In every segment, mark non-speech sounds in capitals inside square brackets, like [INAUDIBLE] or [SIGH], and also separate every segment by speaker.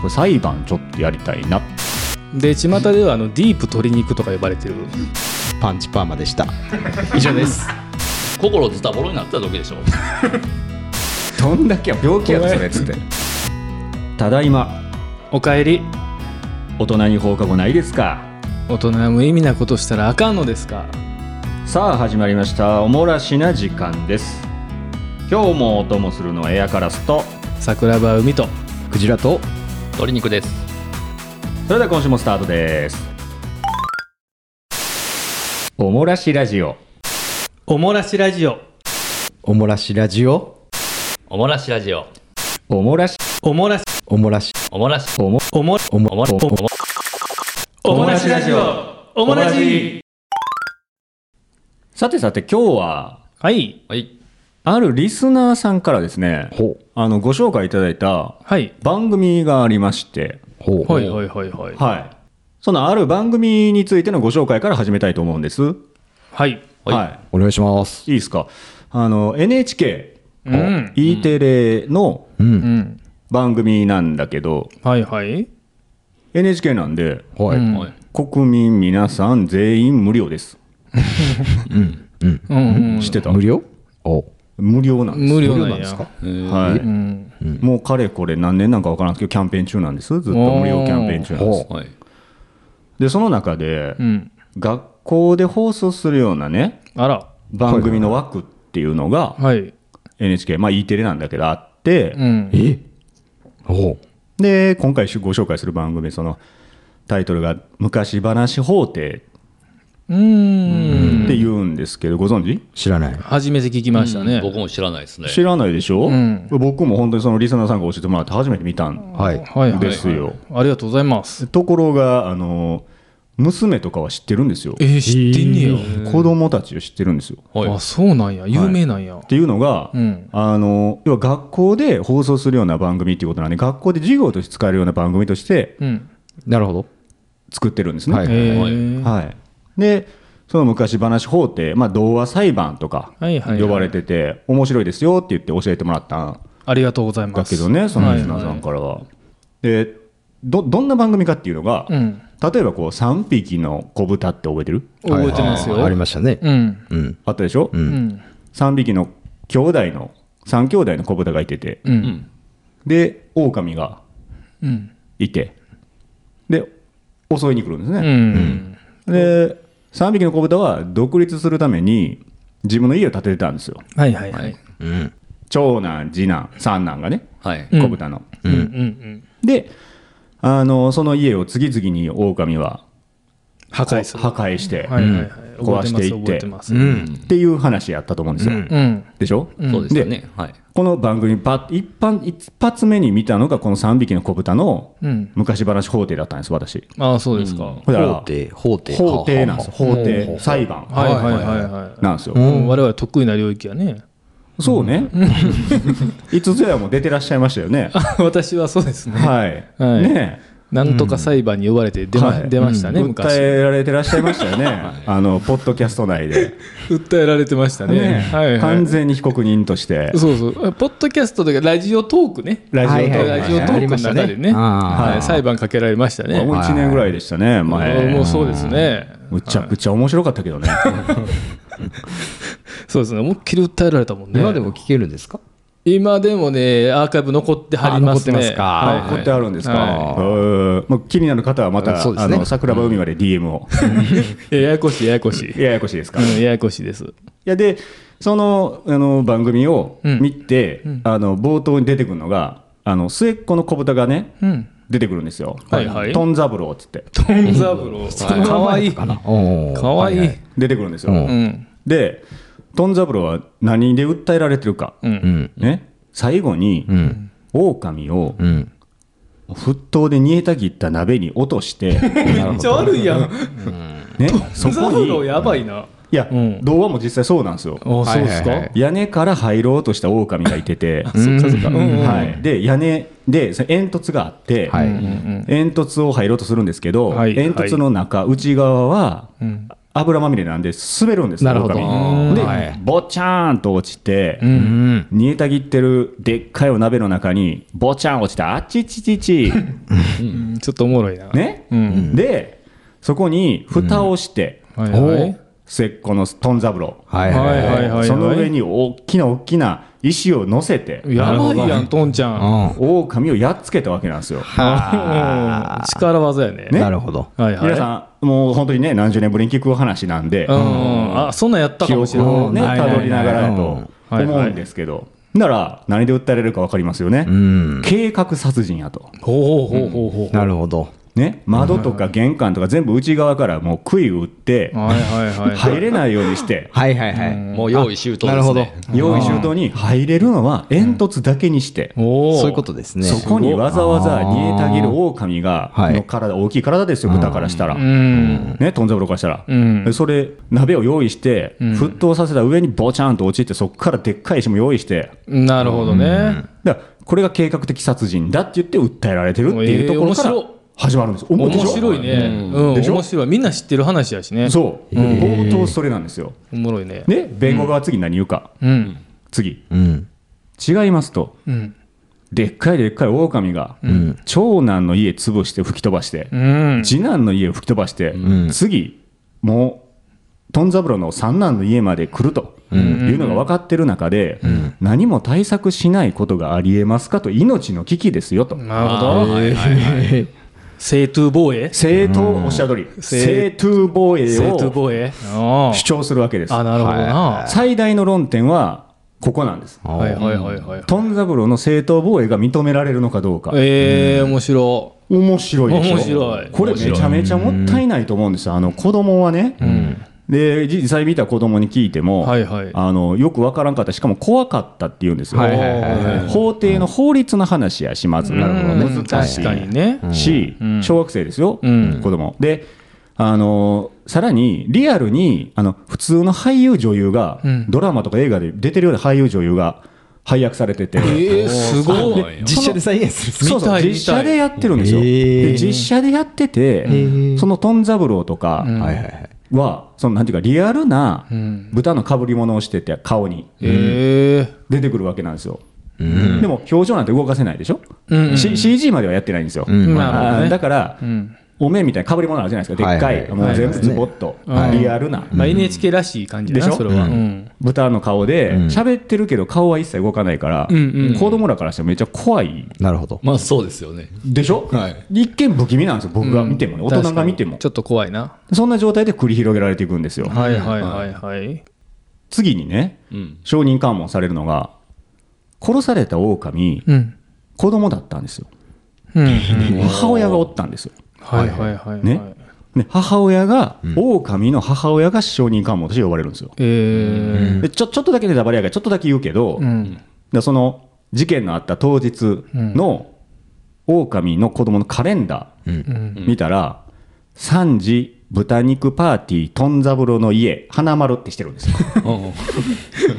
Speaker 1: これ裁判ちょっとやりたいな
Speaker 2: で巷ではあのディープ鶏肉とか呼ばれてる
Speaker 3: パンチパーマで
Speaker 2: [LAUGHS]
Speaker 3: した以上です
Speaker 4: 心ズタボロになってた時でしょ
Speaker 3: どんだけや病気やろそれっつって
Speaker 1: ただいま
Speaker 2: おかえり
Speaker 1: 大人に放課後ないですか
Speaker 2: 大人は無意味なことしたらあかんのですか
Speaker 1: さあ始まりましたおもらしな時間です今日もお供するのはエアカラスと
Speaker 2: 桜庭海と
Speaker 3: クジラと
Speaker 4: 鶏肉です
Speaker 1: それでは今週もスタートですおもらしラジオ
Speaker 2: おもらしラジオ
Speaker 3: おもらしラジオ
Speaker 4: おもらしラジオ
Speaker 1: おもらし
Speaker 2: おもらし
Speaker 3: おもらし
Speaker 4: おもらし
Speaker 1: おも
Speaker 2: おも
Speaker 1: おも
Speaker 4: おも
Speaker 1: お
Speaker 4: お
Speaker 1: も
Speaker 4: も
Speaker 2: おもらしラジオおもらし
Speaker 1: さてさて今日は
Speaker 2: はい
Speaker 4: はい
Speaker 1: あるリスナーさんからですね
Speaker 3: ほう
Speaker 1: あのご紹介いただいた
Speaker 2: はい
Speaker 1: 番組がありまして
Speaker 3: ほう
Speaker 2: はいはいはいはい
Speaker 1: はいそのある番組についてのご紹介から始めたいと思うんです
Speaker 2: はい
Speaker 4: はい
Speaker 3: お願いします
Speaker 1: いいですかあの NHK
Speaker 2: うん
Speaker 1: E テレの
Speaker 3: うん
Speaker 2: うん
Speaker 1: 番組なんだけど、
Speaker 2: はいはい、
Speaker 1: NHK なんで
Speaker 3: は
Speaker 2: う
Speaker 3: い
Speaker 2: ん
Speaker 4: はい
Speaker 1: 国民皆さん全員無料です
Speaker 2: うんうん
Speaker 1: 知ってた
Speaker 3: 無料お
Speaker 1: 無料なんです
Speaker 2: 無料なんや
Speaker 3: 無料なんですか
Speaker 4: えー
Speaker 1: はい
Speaker 2: うん
Speaker 1: もうかれこれ何年なんか分からんすけどキャンペーン中なんですずっと無料キャンペーン中なんです
Speaker 4: はい
Speaker 1: でその中で
Speaker 2: うん
Speaker 1: 学校で放送するようなね
Speaker 2: あら
Speaker 1: 番組の枠っていうのが
Speaker 2: はい
Speaker 1: NHK まあ E テレなんだけどあって
Speaker 2: うん
Speaker 3: えお
Speaker 1: で今回ご紹介する番組そのタイトルが「昔話法廷」
Speaker 2: うーん
Speaker 1: って言うんですけどご存知
Speaker 3: 知らない
Speaker 2: 初めて聞きましたね、
Speaker 4: 僕も知らないですね
Speaker 1: 知らないでしょ、
Speaker 2: うん
Speaker 1: 僕も本当にそのリスナーさんが教えてもらって初めて見たん
Speaker 3: はい
Speaker 2: はいはい
Speaker 1: ですよ。
Speaker 2: ありがとうございます
Speaker 1: ところがあの娘とかは知ってるんですよ。
Speaker 2: えー、知ってんねや、
Speaker 1: 子供たちを知ってるんですよ。
Speaker 4: はい
Speaker 2: あそうなんや有名なんや、
Speaker 1: っていうのが、
Speaker 2: うん
Speaker 1: あの要は学校で放送するような番組っていうことなんで学校で授業として使えるような番組として
Speaker 2: うん
Speaker 3: なるほど
Speaker 1: 作ってるんですね。
Speaker 3: は
Speaker 2: え
Speaker 3: い
Speaker 2: ー、は
Speaker 1: はい、でその昔話法廷、まあ、童話裁判とか
Speaker 2: いはいはい
Speaker 1: 呼ばれてて、面白いですよって言って教えてもらったん
Speaker 2: ありがとうございま
Speaker 1: だけ
Speaker 2: す
Speaker 1: どねそのリスナーさんからは。でどどんな番組かっていうのが、
Speaker 2: うん
Speaker 1: 例えばこう3匹の子豚って覚えてる
Speaker 2: 覚えてますよ、
Speaker 3: はいありましたね
Speaker 2: うん
Speaker 3: うん
Speaker 1: あったでしょ、
Speaker 2: うん
Speaker 1: 3匹の兄弟の3兄弟の子豚がいてて
Speaker 2: うん、
Speaker 1: で狼が
Speaker 2: うん
Speaker 1: いてで襲いに来るんです
Speaker 2: うん
Speaker 1: ね、で3匹の子豚は独立するために自分の家を建ててたんですよ
Speaker 2: はいはいは
Speaker 4: はいい
Speaker 3: うん
Speaker 1: 長男次男三男がね
Speaker 4: はい
Speaker 2: うん
Speaker 1: 子豚の、
Speaker 2: うんうんうん
Speaker 1: であのその家を次々に狼は
Speaker 2: 破壊する
Speaker 1: 破壊して、
Speaker 2: はいはいはい
Speaker 1: 壊していって
Speaker 2: 覚えてます
Speaker 3: う
Speaker 2: 覚えて
Speaker 3: ん
Speaker 1: っていう話やったと思うんですよ、
Speaker 3: うん
Speaker 2: ますうん
Speaker 1: でしょ、
Speaker 4: そうですよねはい
Speaker 1: この番組ば一般一発目に見たのがこの3匹の子豚の
Speaker 2: うん
Speaker 1: 昔話法廷だったんです私
Speaker 2: ああそうですか、
Speaker 1: だから
Speaker 3: 法廷法廷
Speaker 1: 法廷なんですよ法廷裁判
Speaker 2: はいはいはいはい
Speaker 1: なんですよ、
Speaker 2: うん、我々得意な領域やね
Speaker 1: そう
Speaker 2: [LAUGHS]
Speaker 1: ね五つやも出てらっしゃいましたよね
Speaker 2: 私はそうですね
Speaker 1: はい、
Speaker 2: はい
Speaker 1: ね
Speaker 2: なんとか裁判に呼ばれて出ま,、
Speaker 1: はい
Speaker 2: 出ましたね、
Speaker 1: 訴
Speaker 2: 昔
Speaker 1: えられてらっしゃいました
Speaker 2: [LAUGHS]
Speaker 1: よね、あのポッドキャスト内で、
Speaker 2: 訴えられてましたね
Speaker 1: ね
Speaker 2: はいは
Speaker 1: 完
Speaker 2: い
Speaker 1: 全に被告人として
Speaker 2: そうそうポッドキャストとかラジオトークね
Speaker 1: ラジオトーク、
Speaker 3: はいはい
Speaker 2: ラジオトークの中でね
Speaker 3: ありましたねあー
Speaker 2: はい裁判かけられましたね
Speaker 1: もう1年ぐらいでしたね前
Speaker 2: もうそうですね
Speaker 1: むちゃくちゃ面白かったけどね
Speaker 2: そうですね思いっきり訴えられたもんね
Speaker 3: 今でも聞けるんですか
Speaker 2: 今でもねアーカイブ残ってはりますね
Speaker 3: あ残ってますか
Speaker 2: はいはい
Speaker 1: 残ってあるんですか、
Speaker 2: は
Speaker 1: うんまあ、気になる方はまた、
Speaker 3: そうで
Speaker 1: あ
Speaker 3: すね
Speaker 1: の桜庭海まで DM を、
Speaker 2: いややこしいややこしい、
Speaker 1: ややこしいですか、
Speaker 2: う
Speaker 1: い
Speaker 2: ん、ややこしいです
Speaker 1: やでそのあの番組を
Speaker 2: うん
Speaker 1: 見て、あの冒頭に出てくるのがあの末っ子の子豚がね、
Speaker 2: うん
Speaker 1: 出てくるんですよ、
Speaker 2: はいはい
Speaker 1: トンザブローっつって
Speaker 2: トンザブ [LAUGHS] ローかわいい
Speaker 3: かなおー
Speaker 2: かわいい、
Speaker 3: はは
Speaker 1: 出てくるんですよ、
Speaker 3: うん
Speaker 2: うん
Speaker 1: でトンザブローは何で訴えられてるか、
Speaker 2: うん
Speaker 3: うん
Speaker 1: ね、最後に、
Speaker 3: うん
Speaker 1: 狼を
Speaker 3: うん
Speaker 1: 沸騰で煮えたぎった鍋に落と
Speaker 2: [LAUGHS]
Speaker 1: して、
Speaker 2: めっちゃ悪いやん
Speaker 1: ね、そ
Speaker 2: ザ
Speaker 1: こ
Speaker 2: ブロ
Speaker 1: に
Speaker 2: ーやばいな、
Speaker 1: いや、
Speaker 2: うん
Speaker 1: 童話も実際そうなんですよ。
Speaker 2: あそうですか、
Speaker 3: はいはいはい
Speaker 1: 屋根から入ろうとした狼がいて
Speaker 2: [LAUGHS]
Speaker 1: て、
Speaker 2: そっかそっか、うんうんうん
Speaker 1: はい、で屋根でその煙突があって、
Speaker 3: はい
Speaker 2: うんうん
Speaker 1: 煙突を入ろうとするんですけど、
Speaker 2: はい
Speaker 1: 煙突の中、内側は、
Speaker 2: うん
Speaker 1: 油まみれなんで滑るんですよ
Speaker 2: なるほど
Speaker 1: 狼で、
Speaker 4: はい
Speaker 1: ぼちゃーんと落ちて、
Speaker 4: うん。
Speaker 1: 煮えたぎってるでっかいお鍋の中にぼちゃん落ちてあっちちち
Speaker 2: [LAUGHS]
Speaker 1: ち
Speaker 2: うんちょっとおもろいな。
Speaker 1: ね、
Speaker 2: うん。
Speaker 1: でそこに蓋をして、
Speaker 2: はいはい。
Speaker 1: 末っ子のトン三郎
Speaker 2: は
Speaker 4: はい
Speaker 2: はいはいはい。
Speaker 1: その上。に大きな大きな石を乗せて
Speaker 2: やばいやん、トンちゃん。
Speaker 1: 狼をやっつけたわけなんですよ、
Speaker 2: うん力技やね。
Speaker 1: ね
Speaker 5: なるほど。
Speaker 2: はいはい。
Speaker 1: 皆さんもう本当にね何十年ぶりに聞くお話なんで、
Speaker 2: うん。あ、そんなんやった
Speaker 1: 記
Speaker 2: かもしれ
Speaker 1: 憶
Speaker 2: ない。
Speaker 1: をね
Speaker 2: はい
Speaker 1: た
Speaker 2: はいはい
Speaker 1: どりながらやと
Speaker 2: はい
Speaker 1: 思うんですけど、なら何で訴えられるか分かりますよね、
Speaker 5: うん。
Speaker 1: 計画殺人やと、
Speaker 2: ほうほうほうほうほう。
Speaker 5: なるほど。
Speaker 1: ね、窓とか玄関とか全部内側からもう杭打って
Speaker 2: はいはいはい。
Speaker 1: 入れないようにして
Speaker 5: はいはいはい。
Speaker 4: もう用意周到で
Speaker 5: なる
Speaker 4: す
Speaker 5: ほど
Speaker 4: ね。。
Speaker 1: 用意周到に入れるのは煙突だけにして。
Speaker 2: おお。
Speaker 5: そういうことですね。
Speaker 1: そこにわざわざ
Speaker 5: あー
Speaker 1: 煮えたぎる狼が
Speaker 5: はい
Speaker 1: の体大きい体ですよ豚からしたら
Speaker 2: う。ん。
Speaker 1: ね、トンザブロからしたら、
Speaker 2: うん
Speaker 1: でそれ鍋を用意して、沸騰させた上にボチャンと落ちてそこからでっかい石も用意して
Speaker 2: なるほどね。
Speaker 1: だからこれが計画的殺人だって言って訴えられてるっていうところか
Speaker 2: えー
Speaker 1: ら
Speaker 2: 面白い
Speaker 1: 始まるんですよ、
Speaker 2: 面白い
Speaker 1: ね
Speaker 2: ね。うん。
Speaker 1: でしょ
Speaker 2: 面白い。みんな知ってる話やしね。
Speaker 1: そう、冒頭それなんですよ
Speaker 2: おもろいね。
Speaker 1: で弁護側は次何言うか、
Speaker 2: うん。
Speaker 1: 次
Speaker 5: うん。
Speaker 1: 違いますと
Speaker 2: うん。
Speaker 1: でっかいでっかい狼が、長男の家潰して吹き飛ばして、
Speaker 2: うん。
Speaker 1: 次男の家を吹き飛ばして、
Speaker 5: ん
Speaker 1: 次もうトン三郎の三男の家まで来るというのが分かってる中で、何も対策しないことがありえますかと命の危機ですよと、
Speaker 2: なるほ
Speaker 4: あー
Speaker 2: ど。
Speaker 4: はいはいはい
Speaker 2: 正当防衛
Speaker 1: 正当おっしゃる通り、正当防衛
Speaker 2: 正当
Speaker 1: を
Speaker 2: 防衛あ
Speaker 1: 主張するわけです
Speaker 2: あ。あ、なるほどな。
Speaker 1: 最大の論点はここなんです
Speaker 2: はいはいはいはい。
Speaker 1: トン三郎の正当防衛が認められるのかどうか
Speaker 2: ええ、面白
Speaker 1: 面白いでしょ
Speaker 2: 面白い
Speaker 1: これめちゃめちゃもったいないと思うんですよあの子供はね、で実際見た子供に聞いても、
Speaker 2: はいはい
Speaker 1: あのよくわからんかったしかも怖かったって言うんですよ、
Speaker 5: はいはいはいはい
Speaker 1: 法廷の法律の話やしまず、
Speaker 2: い。うん
Speaker 1: 難し
Speaker 2: 確かにね。
Speaker 1: いし、小学生ですよ、
Speaker 2: うん
Speaker 1: 子供であのさらにリアルにあの普通の俳優女優が、
Speaker 2: うん
Speaker 1: ドラマとか映画で出てるような俳優女優が配役されてて、
Speaker 2: ええ、すごい。
Speaker 4: い
Speaker 5: 実写で再現するんですね
Speaker 1: そうそう
Speaker 2: 見たい
Speaker 1: 実写でやってるんですよ、
Speaker 5: 見たい
Speaker 1: で
Speaker 5: へー
Speaker 1: 実写でやってて、
Speaker 5: ー
Speaker 1: そのトン三郎とか
Speaker 2: うん
Speaker 5: はいはいはい。
Speaker 1: は、そのなんていうかリアルな
Speaker 2: うん
Speaker 1: 豚のかぶり物をしてて顔に
Speaker 2: ええ。
Speaker 1: 出てくるわけなんですよ、でも表情なんて動かせないでしょ、
Speaker 2: うんうん
Speaker 1: C- CG まではやってないんですよ、
Speaker 5: ん
Speaker 2: なるほどね
Speaker 1: あーだから、
Speaker 2: うん。
Speaker 1: お面みたいなかぶり物あるじゃないですかでっかい、
Speaker 5: はいはい
Speaker 1: もう全部ズボッと、
Speaker 2: はい
Speaker 1: リアルな
Speaker 2: まあ NHK らしい感じだ
Speaker 1: で
Speaker 2: な、
Speaker 1: しょ
Speaker 2: それは。うん。
Speaker 1: 豚の顔で
Speaker 5: うん
Speaker 1: 喋ってるけど顔は一切動かないから、
Speaker 2: うんうん
Speaker 1: 子供らからしてもめっちゃ怖い
Speaker 5: なるほど。
Speaker 4: まあそうですよね。
Speaker 1: でしょ、
Speaker 5: はい
Speaker 1: 一見不気味なんですよ僕が見てもね、大人が見ても
Speaker 2: ちょっと怖いな。
Speaker 1: そんな状態で繰り広げられていくんですよ。
Speaker 2: はいはいはいはい。
Speaker 1: 次にね、
Speaker 4: うん。
Speaker 1: 証人喚問されるのが、殺された狼、
Speaker 2: うん。
Speaker 1: 子供だったんですよ。
Speaker 2: うん。
Speaker 1: 母親がおったんですよ。
Speaker 2: はいはいはいはい。
Speaker 1: ね。で母親が、狼の母親が証人喚問として呼ばれるんですよ。
Speaker 2: え
Speaker 1: でちょちょっとだけでダバリやからちょっとだけ言うけど、
Speaker 2: え。うん。
Speaker 1: でその事件のあった当日の狼の子供のカレンダー見たら、3時豚肉パーティートン三郎の家花丸ってしてるんですよ。
Speaker 2: [LAUGHS]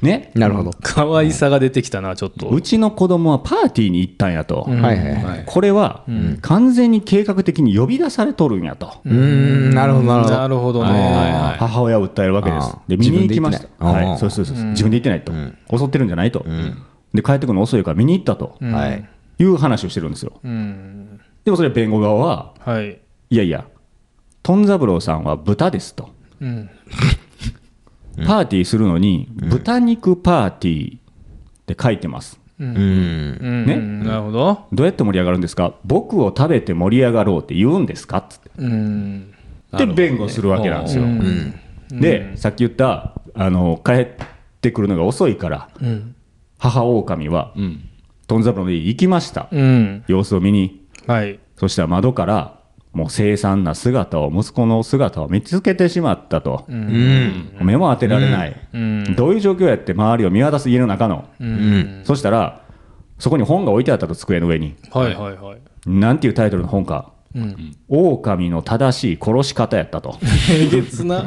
Speaker 1: ね、
Speaker 5: なるほど。
Speaker 2: 可愛さが出てきたな、ちょっと。
Speaker 1: うちの子供はパーティーに行ったんやと、
Speaker 5: はいはいはい。
Speaker 1: これは完全に計画的に呼び出されとるんやと、
Speaker 5: うーん、なるほどなるほど。
Speaker 2: なるほどね。
Speaker 4: は
Speaker 1: 母親を訴えるわけで
Speaker 5: あ
Speaker 1: す
Speaker 5: あ。
Speaker 1: で、見に行きました
Speaker 5: 自。分で行ってないあ
Speaker 1: は
Speaker 5: あ
Speaker 1: い、そうそうそうそう、自分で行ってないと、襲ってるんじゃないと、で帰ってくるの遅いから見に行ったと
Speaker 2: うん
Speaker 5: はい。
Speaker 1: いう話をしてるんですよ。
Speaker 2: うん。
Speaker 1: でもそれ弁護側は、
Speaker 2: はい。
Speaker 1: いやいや、トン三郎さんは豚ですと、
Speaker 2: うん。
Speaker 1: [LAUGHS] パーティーするのに、豚肉パーティーって書いてます。
Speaker 5: うん。
Speaker 2: うん
Speaker 1: ね
Speaker 2: なるほど。
Speaker 1: どうやって盛り上がるんですか、僕を食べて盛り上がろうって言うんですかっつって。
Speaker 2: うん。
Speaker 1: で弁護するわけなんですよ。
Speaker 2: うん。
Speaker 1: でさっき言ったあの帰ってくるのが遅いから
Speaker 2: うん。
Speaker 1: 母狼は
Speaker 4: うん。
Speaker 1: トンザブロの家に行きました、
Speaker 2: うん。
Speaker 1: 様子を見に
Speaker 2: はい。
Speaker 1: そしたら窓からもう凄惨な姿を息子の姿を見つけてしまったと、
Speaker 5: うん。
Speaker 1: 目も当てられない、
Speaker 2: うん。
Speaker 1: どういう状況やって周りを見渡す家の中の、
Speaker 2: うん。
Speaker 1: そしたらそこに本が置いてあったと机の上に
Speaker 2: はいはいはい。
Speaker 1: なんていうタイトルの本か
Speaker 2: うん。
Speaker 1: 「狼の正しい殺し方やった」と
Speaker 2: えげつな。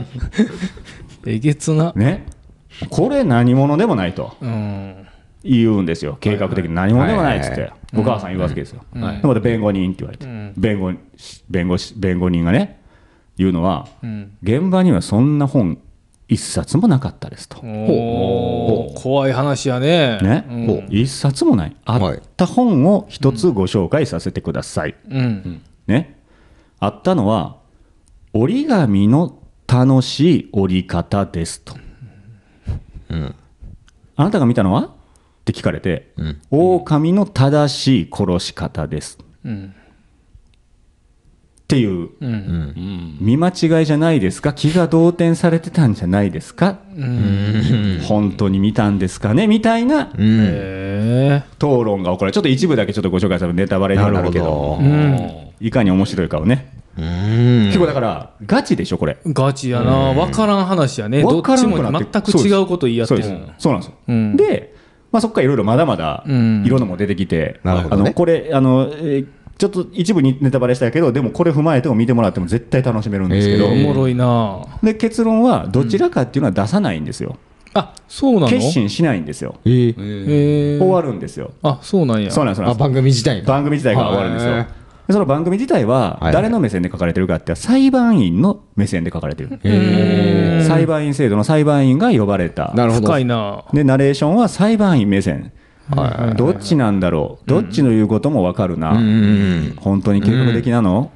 Speaker 2: [LAUGHS] えげつな。
Speaker 1: ねこれ何者でもないと。
Speaker 2: うん。
Speaker 1: 言うんですよ、計画的に何もでもないっつっ
Speaker 5: はい
Speaker 1: て、お母さん言うわけですよ。
Speaker 4: はい
Speaker 1: でまた弁護人って言われて、弁護弁護士弁護人がね、いうのは、
Speaker 2: うん
Speaker 1: 現場にはそんな本一冊もなかったですと。
Speaker 2: おー怖い話やね。
Speaker 1: ね
Speaker 2: うん
Speaker 1: 一冊もないあった本を一つご紹介させてください、
Speaker 2: うん。
Speaker 1: ねあったのは折り紙の楽しい折り方ですと、あなたが見たのはって聞かれて、狼の正しい殺し方です
Speaker 2: うん。
Speaker 1: っていう
Speaker 2: うん。
Speaker 1: 見間違いじゃないですか気が動転されてたんじゃないですか、本当に見たんですかねみたいな
Speaker 2: へ
Speaker 1: 討論が起こるちょっと一部だけちょっとご紹介するネタバレにはなるけど
Speaker 2: え。うん。
Speaker 1: いかに面白いかをね、結構だからガチでしょこれ
Speaker 2: ガチやな。わからん話やね。ど
Speaker 1: わ
Speaker 2: っ
Speaker 1: から
Speaker 2: ち
Speaker 1: んくな
Speaker 2: も
Speaker 1: って
Speaker 2: 全く違うこと言い合っ
Speaker 1: そ
Speaker 2: て
Speaker 1: う
Speaker 2: る
Speaker 1: です。そうなんですよ、
Speaker 2: うん
Speaker 1: で、まあ、そこからいろいろまだまだいろ
Speaker 2: ん
Speaker 1: んなもん出てきて、
Speaker 5: なるほどね
Speaker 1: あのこれあの、えーちょっと一部にネタバレしたけどでもこれ踏まえても見てもらっても絶対楽しめるんですけど、
Speaker 5: へ
Speaker 2: お
Speaker 5: ー
Speaker 2: もろいな。
Speaker 1: で結論はどちらかっていうのは出さないんですよ、
Speaker 2: あ、そうなの。
Speaker 1: 決心しないんですよ
Speaker 5: ええ
Speaker 2: へえ
Speaker 1: 終わるんですよ、
Speaker 2: あ、そうなんや。
Speaker 1: そうなんですそうな
Speaker 5: あ
Speaker 1: んです
Speaker 5: 番組自体が
Speaker 1: 番組自体が終わるんです
Speaker 5: はい
Speaker 1: よでその番組自体は
Speaker 5: はい
Speaker 1: 誰の目線で書かれてるかって裁判員の目線で書かれてる、
Speaker 5: へ
Speaker 1: 裁判員制度の裁判員が呼ばれた
Speaker 5: なるほど
Speaker 2: 深いな。
Speaker 1: でナレーションは裁判員目線、
Speaker 5: は
Speaker 1: どっちなんだろう、どっちの言うことも分かるな、
Speaker 5: うんうん
Speaker 1: 本当に計画的なの、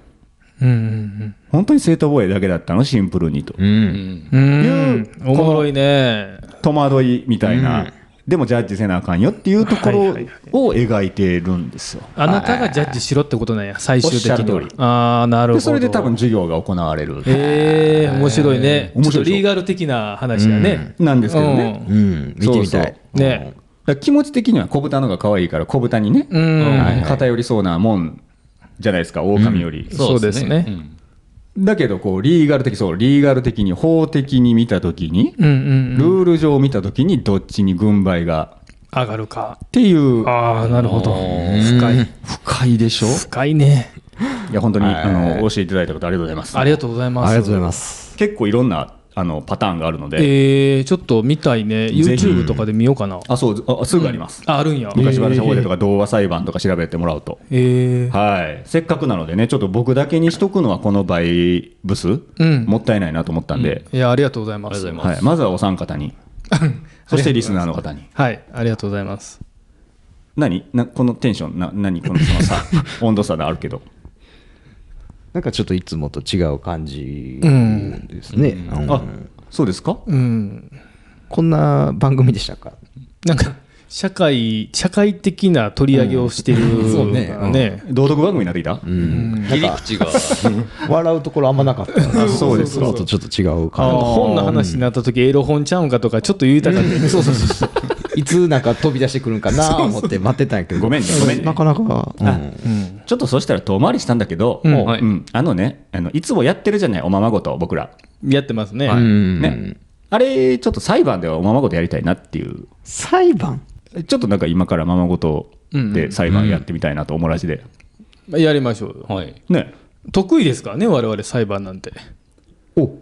Speaker 2: うん。
Speaker 1: 本当に正当防衛だけだったの、シンプルにと、
Speaker 5: うんうん
Speaker 2: うん。うん。
Speaker 1: いう
Speaker 2: おもろいね。
Speaker 1: 戸惑いみたいな、でもジャッジせなあかんよっていうところ
Speaker 2: はいはい
Speaker 1: を描いてるんですよ。
Speaker 2: あなたがジャッジしろってことなんや。最終的
Speaker 1: おっしゃる
Speaker 2: に
Speaker 1: 通
Speaker 2: は
Speaker 1: り。
Speaker 2: ああ、なるほ
Speaker 1: で
Speaker 2: ど。
Speaker 1: それで多分授業が行われる、
Speaker 2: ええ面白いね。
Speaker 1: 面白いでしょ
Speaker 2: ちょっとリーガル的な話だね。
Speaker 1: なんですけどね。
Speaker 2: う
Speaker 5: うん見てみた
Speaker 1: そう
Speaker 2: ん
Speaker 5: い
Speaker 2: ね。
Speaker 1: だから気持ち的には小豚の方が可愛いから小豚にね、
Speaker 2: うん。
Speaker 1: はい偏りそうなもんじゃないですか狼より、
Speaker 2: そうですね。
Speaker 1: だけどこうリーガル的そうリーガル的に法的に見た時に、
Speaker 2: うんうん。
Speaker 1: ルール上見た時にどっちに軍配が
Speaker 2: 上がるか。
Speaker 1: っていう
Speaker 2: ああ、なるほど。深い。
Speaker 1: 深いでしょ
Speaker 2: 深いね。
Speaker 1: いや本当に、
Speaker 5: はいはいはい
Speaker 1: あの教えていただいたことありがとうございます
Speaker 2: ありがとうございます。
Speaker 5: ありがとうございます
Speaker 1: 結構いろんなあのパターンがあるので、
Speaker 2: えー、ちょっと見たいね。
Speaker 1: ぜひ
Speaker 2: YouTube とかで見ようかな。
Speaker 1: あそうあすぐあります、
Speaker 2: あ、あるんや。
Speaker 1: 昔話法でとか童話裁判とか調べてもらうと、
Speaker 2: えー。
Speaker 1: はいせっかくなのでねちょっと僕だけにしとくのはこの倍ブス、
Speaker 2: うん
Speaker 1: もったいないなと思ったんで、
Speaker 2: いや、ありがとうございます。
Speaker 4: ありがとうございま
Speaker 1: はい、まずはお三方にそしてリスナーの方に
Speaker 2: はい、ありがとうございます。
Speaker 1: 何なこのテンションな何このそのさ温度差があるけど
Speaker 5: なんかちょっといつもと違う感じですねうん
Speaker 1: あそうですか
Speaker 2: うん。
Speaker 5: こんな番組でしたか
Speaker 2: なんか、社会、社会的な取り上げをしてる、
Speaker 5: そうねうん
Speaker 2: ね。
Speaker 1: 道徳番組になってきた、
Speaker 4: 切り口が
Speaker 5: 笑うところあんまなかった [LAUGHS]
Speaker 1: あそうです
Speaker 5: いつもとちょっと違う
Speaker 2: あの
Speaker 5: 感
Speaker 2: 本の話になった時エロ本ちゃうんかとかちょっと言いたかったけど
Speaker 5: じ [LAUGHS] そうそうそうそういつなんか飛び出してくるん [LAUGHS] かなと思って待ってたんやけど
Speaker 1: ごめんねごめんね
Speaker 5: なかなかうん
Speaker 1: ちょっとそうしたら遠回りしたんだけど、
Speaker 2: うん
Speaker 4: はい
Speaker 1: うんあのねあのいつもやってるじゃないおままごと僕ら、
Speaker 2: やってますね、
Speaker 5: うん
Speaker 1: ねあれちょっと裁判ではおままごとやりたいなっていう
Speaker 5: 裁判
Speaker 1: ちょっとなんか今からままごとで裁判やってみたいなとおもらしで、
Speaker 2: まあやりましょうよ
Speaker 4: [LAUGHS] はい
Speaker 1: ね
Speaker 2: 得意ですからね我々裁判なんて
Speaker 1: お
Speaker 4: そ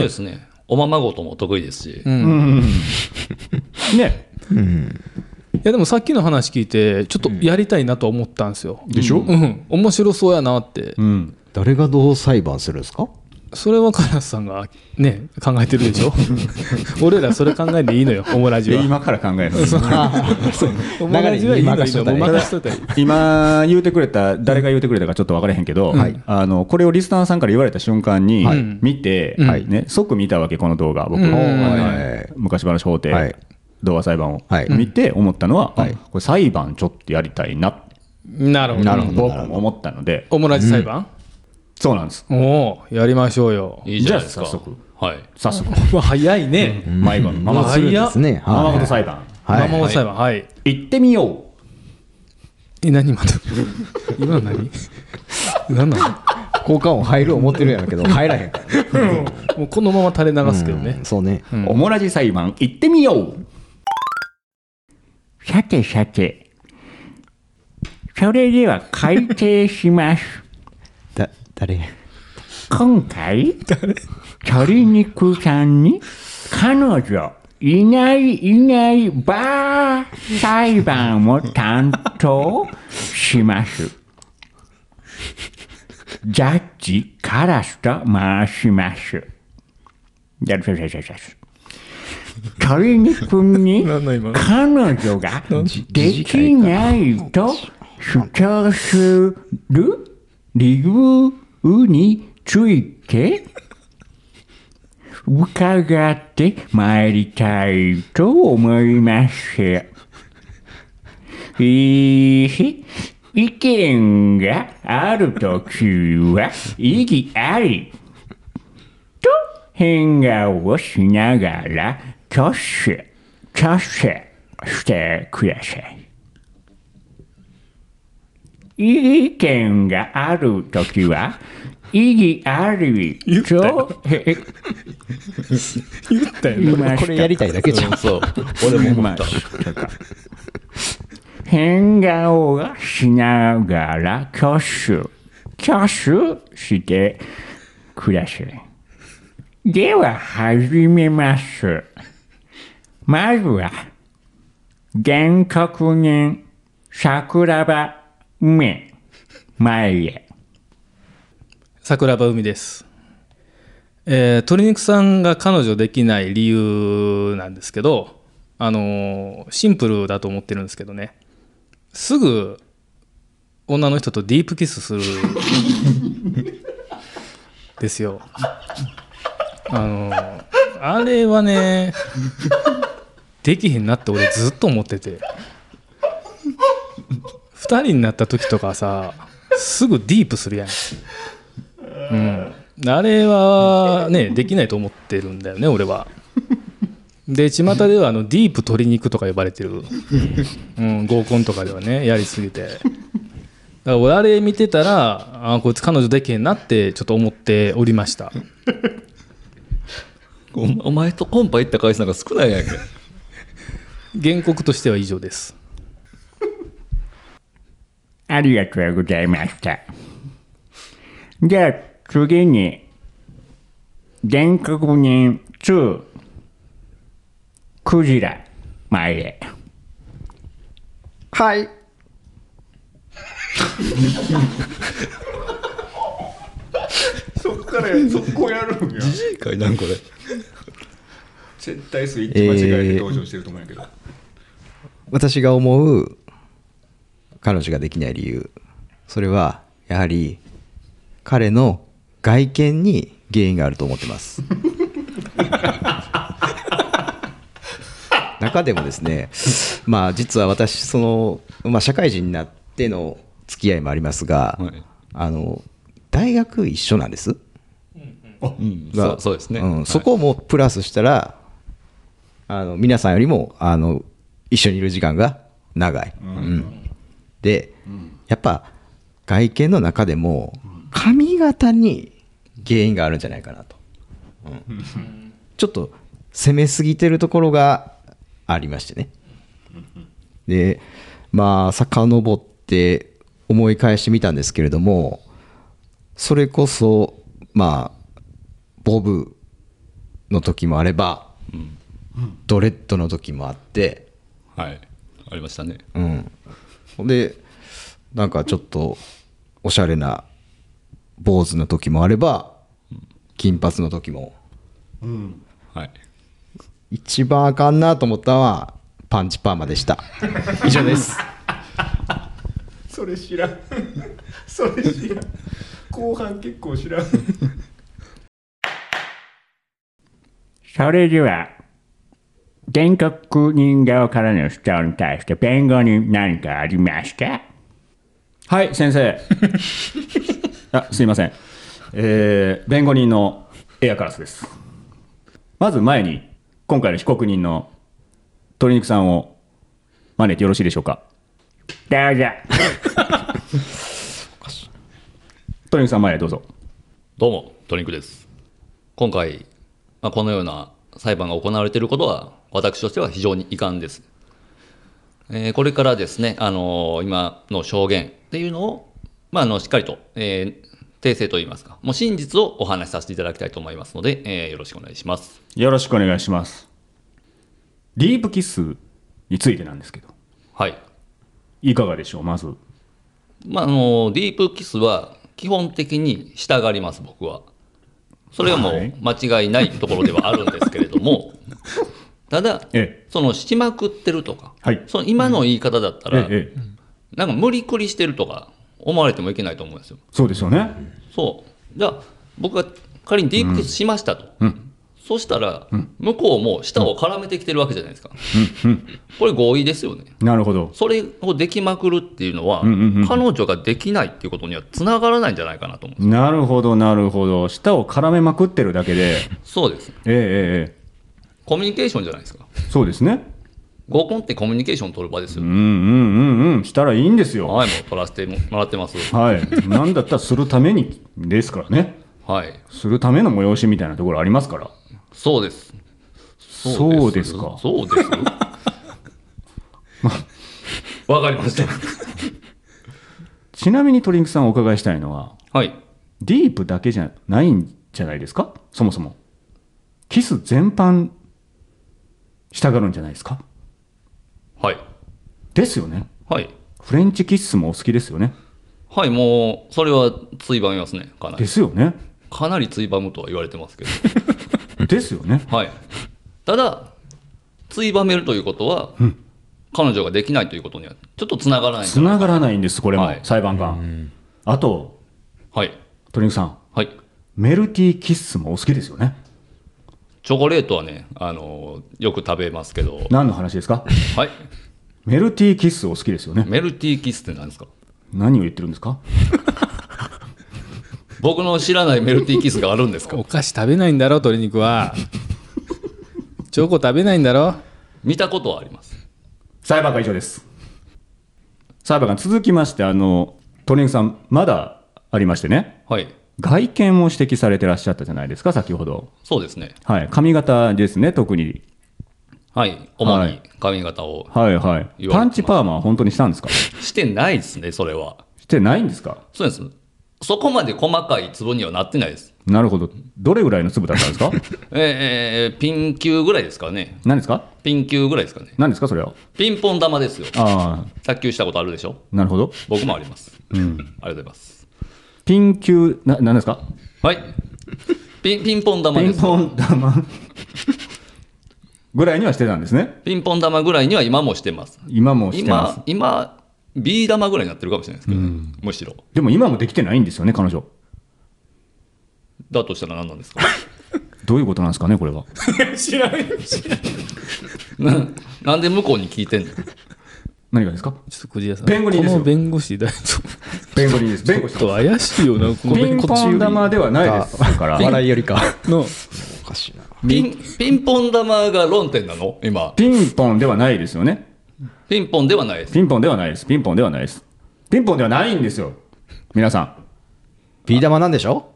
Speaker 4: うですねおままごとも得意ですし
Speaker 2: うん、い
Speaker 1: ね
Speaker 2: やでもさっきの話聞いてちょっとやりたいなとは思ったんですよ、
Speaker 1: でしょ
Speaker 2: うん面白そうやなって、
Speaker 1: うん
Speaker 5: 誰がどう裁判するんですか
Speaker 2: それはカラスさんがね考えてるで [LAUGHS] しょ俺らそれ考えんでいいのよオモラジ
Speaker 1: で
Speaker 2: は
Speaker 1: 今から考えるの
Speaker 2: オモラジはいいのいいのもう任しといたらいい
Speaker 1: 今言うてくれた誰が言うてくれたかちょっと分からへんけど、あのこれをリスナーさんから言われた瞬間に見て、
Speaker 2: はい
Speaker 1: ね、即見たわけこの動画僕、
Speaker 2: うん
Speaker 1: はい昔話法廷、
Speaker 5: はい
Speaker 1: 童話裁判を
Speaker 5: はい
Speaker 1: 見て思ったのは、
Speaker 5: はい
Speaker 1: あこれ裁判ちょっとやりたいなって
Speaker 2: なるほど
Speaker 1: 僕も思ったので
Speaker 2: オモラジ裁判、
Speaker 1: そうなんです
Speaker 2: おおやりましょうよ
Speaker 4: いいじゃないですか
Speaker 1: じゃあ早
Speaker 4: はい
Speaker 1: 早速
Speaker 2: わ早いね、
Speaker 1: 毎晩マ
Speaker 5: ま
Speaker 1: マ
Speaker 5: あするん [LAUGHS] ですね
Speaker 1: ママごと
Speaker 5: はい
Speaker 1: 裁判
Speaker 5: は
Speaker 2: マ
Speaker 5: い
Speaker 2: マを裁判はい、
Speaker 1: 行ってみよう
Speaker 2: え何今の [LAUGHS] 今の何 [LAUGHS] 何な
Speaker 5: 効果音入る思ってるやろうけど入らへんからね
Speaker 2: のもうこのまま垂れ流すけどね、
Speaker 5: うんそうね
Speaker 1: おもらじ裁判行ってみようさてさてそれでは改定します [LAUGHS]
Speaker 5: だ誰
Speaker 1: 今回鶏肉さんに彼女いないいないばー裁判を担当しますジャッジカラスと回します。やるやるやるやるやる鶏肉に
Speaker 2: なんだ今の
Speaker 1: 彼女ができないと主張する理由について伺ってまいりたいと思います。いいし意見があるときは意義ありと変顔をしながら挙手挙手してください。意見があるときは意義ありとへ
Speaker 2: 言ったよ
Speaker 1: 言い
Speaker 2: ね。
Speaker 1: ました
Speaker 5: これやりたいだけじゃん。
Speaker 4: そう。 [LAUGHS] 俺も思った。
Speaker 1: 変顔をしながら挙手、挙手してください。では始めます。まずは、原告人桜庭梅前へ。
Speaker 2: 桜庭海です、えー鶏肉さんが彼女できない理由なんですけどあのーシンプルだと思ってるんですけどねすぐ女の人とディープキスするですよあのーあれはねできへんなって俺ずっと思ってて2人になった時とかさすぐディープするやんあれはね、 [LAUGHS] できないと思ってるんだよね、俺は。で、巷ではあのディープ鶏肉とか呼ばれてる、うん、合コンとかではね、やりすぎて。だから俺、あれ見てたら、あこいつ彼女できへんなってちょっと思っておりました。
Speaker 4: おお前とコンパ行った回数なんか少ないやんけ。
Speaker 2: 原告としては以上です。
Speaker 1: ありがとうございました。じゃあ次に、全国人2、クジラ、前へ。
Speaker 5: はい。
Speaker 4: じじいかいなんこれ。
Speaker 6: 絶対スイッチ間違えて登場してると思うんやけど、
Speaker 5: 私が思う彼女ができない理由それはやはり彼の外見に原因があると思ってます [LAUGHS] 中でもですねまあ実は私その、まあ、社会人になっての付き合いもありますが、
Speaker 4: はい
Speaker 5: あの大学一緒なんです
Speaker 4: うん、そ
Speaker 5: が
Speaker 4: うそうですね。
Speaker 5: ん
Speaker 4: はい
Speaker 5: そこもプラスしたらあの皆さんよりもあの一緒にいる時間が長い、うんで、やっぱ外見の中でも髪型に原因があるんじゃないかなと、うんちょっと攻めすぎてるところがありましてねでまあ遡って思い返してみたんですけれどもそれこそまあボブの時もあれば、ドレッドの時もあって、
Speaker 4: はい。ありましたね。
Speaker 5: うん、ほんでなんかちょっとおしゃれな坊主の時もあれば金髪の時も
Speaker 4: はい。
Speaker 5: 一番あかんなと思ったのはパンチパーマでした以上です
Speaker 6: それ知ら
Speaker 3: [LAUGHS]
Speaker 6: んそれ知らん後半結構知らん
Speaker 1: それでは、全国人形からの主張に対して弁護人何かありますか
Speaker 6: はい
Speaker 1: [LAUGHS]
Speaker 6: 先生あすいません、えー弁護人のエアカラスですまず前に今回の被告人の鶏肉さんを招いてよろしいでしょうか
Speaker 1: どう
Speaker 6: [LAUGHS]
Speaker 1: ぞ。
Speaker 6: 鶏肉さん前へどうぞ
Speaker 4: どうも、トリンクです。今回、まあ、このような裁判が行われていることは、私としては非常に遺憾です。えーこれからですね、あのー今の証言っていうのを、まあ、あのしっかりと、えー訂正といいますか、もう真実をお話しさせていただきたいと思いますので、えーよろしくお願いします。
Speaker 6: よろしくお願いしますディープキスについてなんですけど
Speaker 4: はい。
Speaker 6: いかがでしょうまず
Speaker 4: まあ、あのーディープキスは、基本的に従います、僕は。それはもう間違いないところではあるんですけれ
Speaker 1: [LAUGHS]
Speaker 4: ども、ただ
Speaker 1: え、
Speaker 4: そのしまくってるとか、
Speaker 1: はい
Speaker 4: その今の言い方だったら、
Speaker 1: ええ、
Speaker 4: なんか無理くりしてるとか思われてもいけないと思うんですよ。
Speaker 1: そうですよね。
Speaker 4: そう。じゃあ、僕が仮にディープしましたと。そしたら、向こうも舌を絡めてきてるわけじゃないですか。これ合意ですよね。
Speaker 1: なるほど。
Speaker 4: それをできまくるっていうのは、
Speaker 1: んうんうん
Speaker 4: 彼女ができないっていうことにはつながらないんじゃないかなと思う。
Speaker 1: なるほど、なるほど。舌を絡めまくってるだけで、
Speaker 4: そうです。
Speaker 1: えええええ
Speaker 4: コミュニケーションじゃないですか。
Speaker 1: えそうですね。
Speaker 4: 合コンってコミュニケーション取る場ですよ。
Speaker 1: うんうんうんうん、したらいいんですよ。は
Speaker 4: はい、もう取らせてもらってます。
Speaker 1: い。なんだったらするためにですからね。
Speaker 4: はい。
Speaker 1: するための催しみたいなところありますから。
Speaker 4: そうです。
Speaker 1: そうですか。
Speaker 4: そうです。
Speaker 1: [LAUGHS]
Speaker 4: わかりました。
Speaker 1: ちなみにトリンクさんお伺いしたいのは、
Speaker 4: はい。
Speaker 1: ディープだけじゃないんじゃないですかそもそも。キス全般、したがるんじゃないですか
Speaker 4: はい。
Speaker 1: ですよね。
Speaker 4: はい。
Speaker 1: フレンチキッスもお好きですよね。
Speaker 4: はい、もう、それはついばみますね。かな
Speaker 1: で
Speaker 4: り。
Speaker 1: すよね。
Speaker 4: かなりついばむとは言われてますけど。
Speaker 1: ですよね。
Speaker 4: はい。ただ、ついばめるということは、彼女ができないということには、ちょっとつながらない。
Speaker 1: つながらないんです、これも、
Speaker 4: はい
Speaker 1: 裁判官。あと、
Speaker 4: はい。
Speaker 1: トリンクさん、
Speaker 4: はい。
Speaker 1: メルティーキッスもお好きですよね。
Speaker 4: チョコレートはね、あのーよく食べますけど、
Speaker 1: 何の話ですか
Speaker 4: はい。
Speaker 1: メルティーキッスお好きですよね。
Speaker 4: メルティーキスって何ですか
Speaker 1: 何を言ってるんですか
Speaker 4: 僕の知らないメルティーキスがあるんですか
Speaker 2: お菓子食べないんだろ鶏肉はチョコ食べないんだろ
Speaker 4: 見たことはあります。
Speaker 1: 裁判官以上です。裁判官、続きまして、あの、トリンクさん、まだありましてね、
Speaker 4: はい。
Speaker 1: 外見を指摘されてらっしゃったじゃないですか、先ほど。
Speaker 4: そうですね。
Speaker 1: はい、髪型ですね、特に。
Speaker 4: はい。主
Speaker 1: は
Speaker 4: に
Speaker 1: い
Speaker 4: 髪型を。
Speaker 1: はいはい。
Speaker 4: 言われてます
Speaker 1: パンチパーマは本当にしたんですか
Speaker 4: してないですね、それは。
Speaker 1: してないんですか
Speaker 4: そうです。そこまで細かい粒にはなってないです。
Speaker 1: なるほど。どれぐらいの粒だったんですか
Speaker 4: [LAUGHS] えーえーピン球ぐらいですかね。
Speaker 1: 何ですか
Speaker 4: ピン球ぐらいですかね。
Speaker 1: 何ですかそれは。
Speaker 4: ピンポン玉ですよ。
Speaker 1: ああ、
Speaker 4: 卓球したことあるでしょ
Speaker 1: なるほど。
Speaker 4: 僕もあります。ありがとうございます。
Speaker 1: ピン球、な、何ですか
Speaker 4: はい。ピン、ピンポン玉
Speaker 1: ピ
Speaker 4: で
Speaker 1: ン
Speaker 4: す。
Speaker 1: ポン玉ぐらいにはしてたんですね。
Speaker 4: ピンポン玉ぐらいには今もしてます。
Speaker 1: 今もしてます
Speaker 4: 今。、今、ビー玉ぐらいになってるかもしれないですけど、むしろ。
Speaker 1: でも今もできてないんですよね、彼女。
Speaker 4: だとしたら何なんですか [LAUGHS]
Speaker 1: どういうことなんですかね、これは。
Speaker 2: 知らない
Speaker 4: ななんで向こうに聞いてんの
Speaker 1: 何がですか
Speaker 2: ちょっとクジラさん
Speaker 1: 弁護人ですよ
Speaker 2: この弁護士大丈夫
Speaker 1: 弁護人です。弁護士
Speaker 2: ちょっと怪しいよなこの
Speaker 1: ピ
Speaker 2: 弁
Speaker 1: ン
Speaker 2: 護
Speaker 1: ポン玉ではないですから。
Speaker 5: 笑いよりか。
Speaker 2: の
Speaker 5: おかしいな。
Speaker 4: ピン、ピンポン玉が論点なの今。
Speaker 1: ピンポンではないですよね。
Speaker 4: ピンポンではないです。
Speaker 1: ピンポンではないです。ピンポンではないです。ピンポンではないんですよ。皆さん。
Speaker 5: ビー玉なんでしょ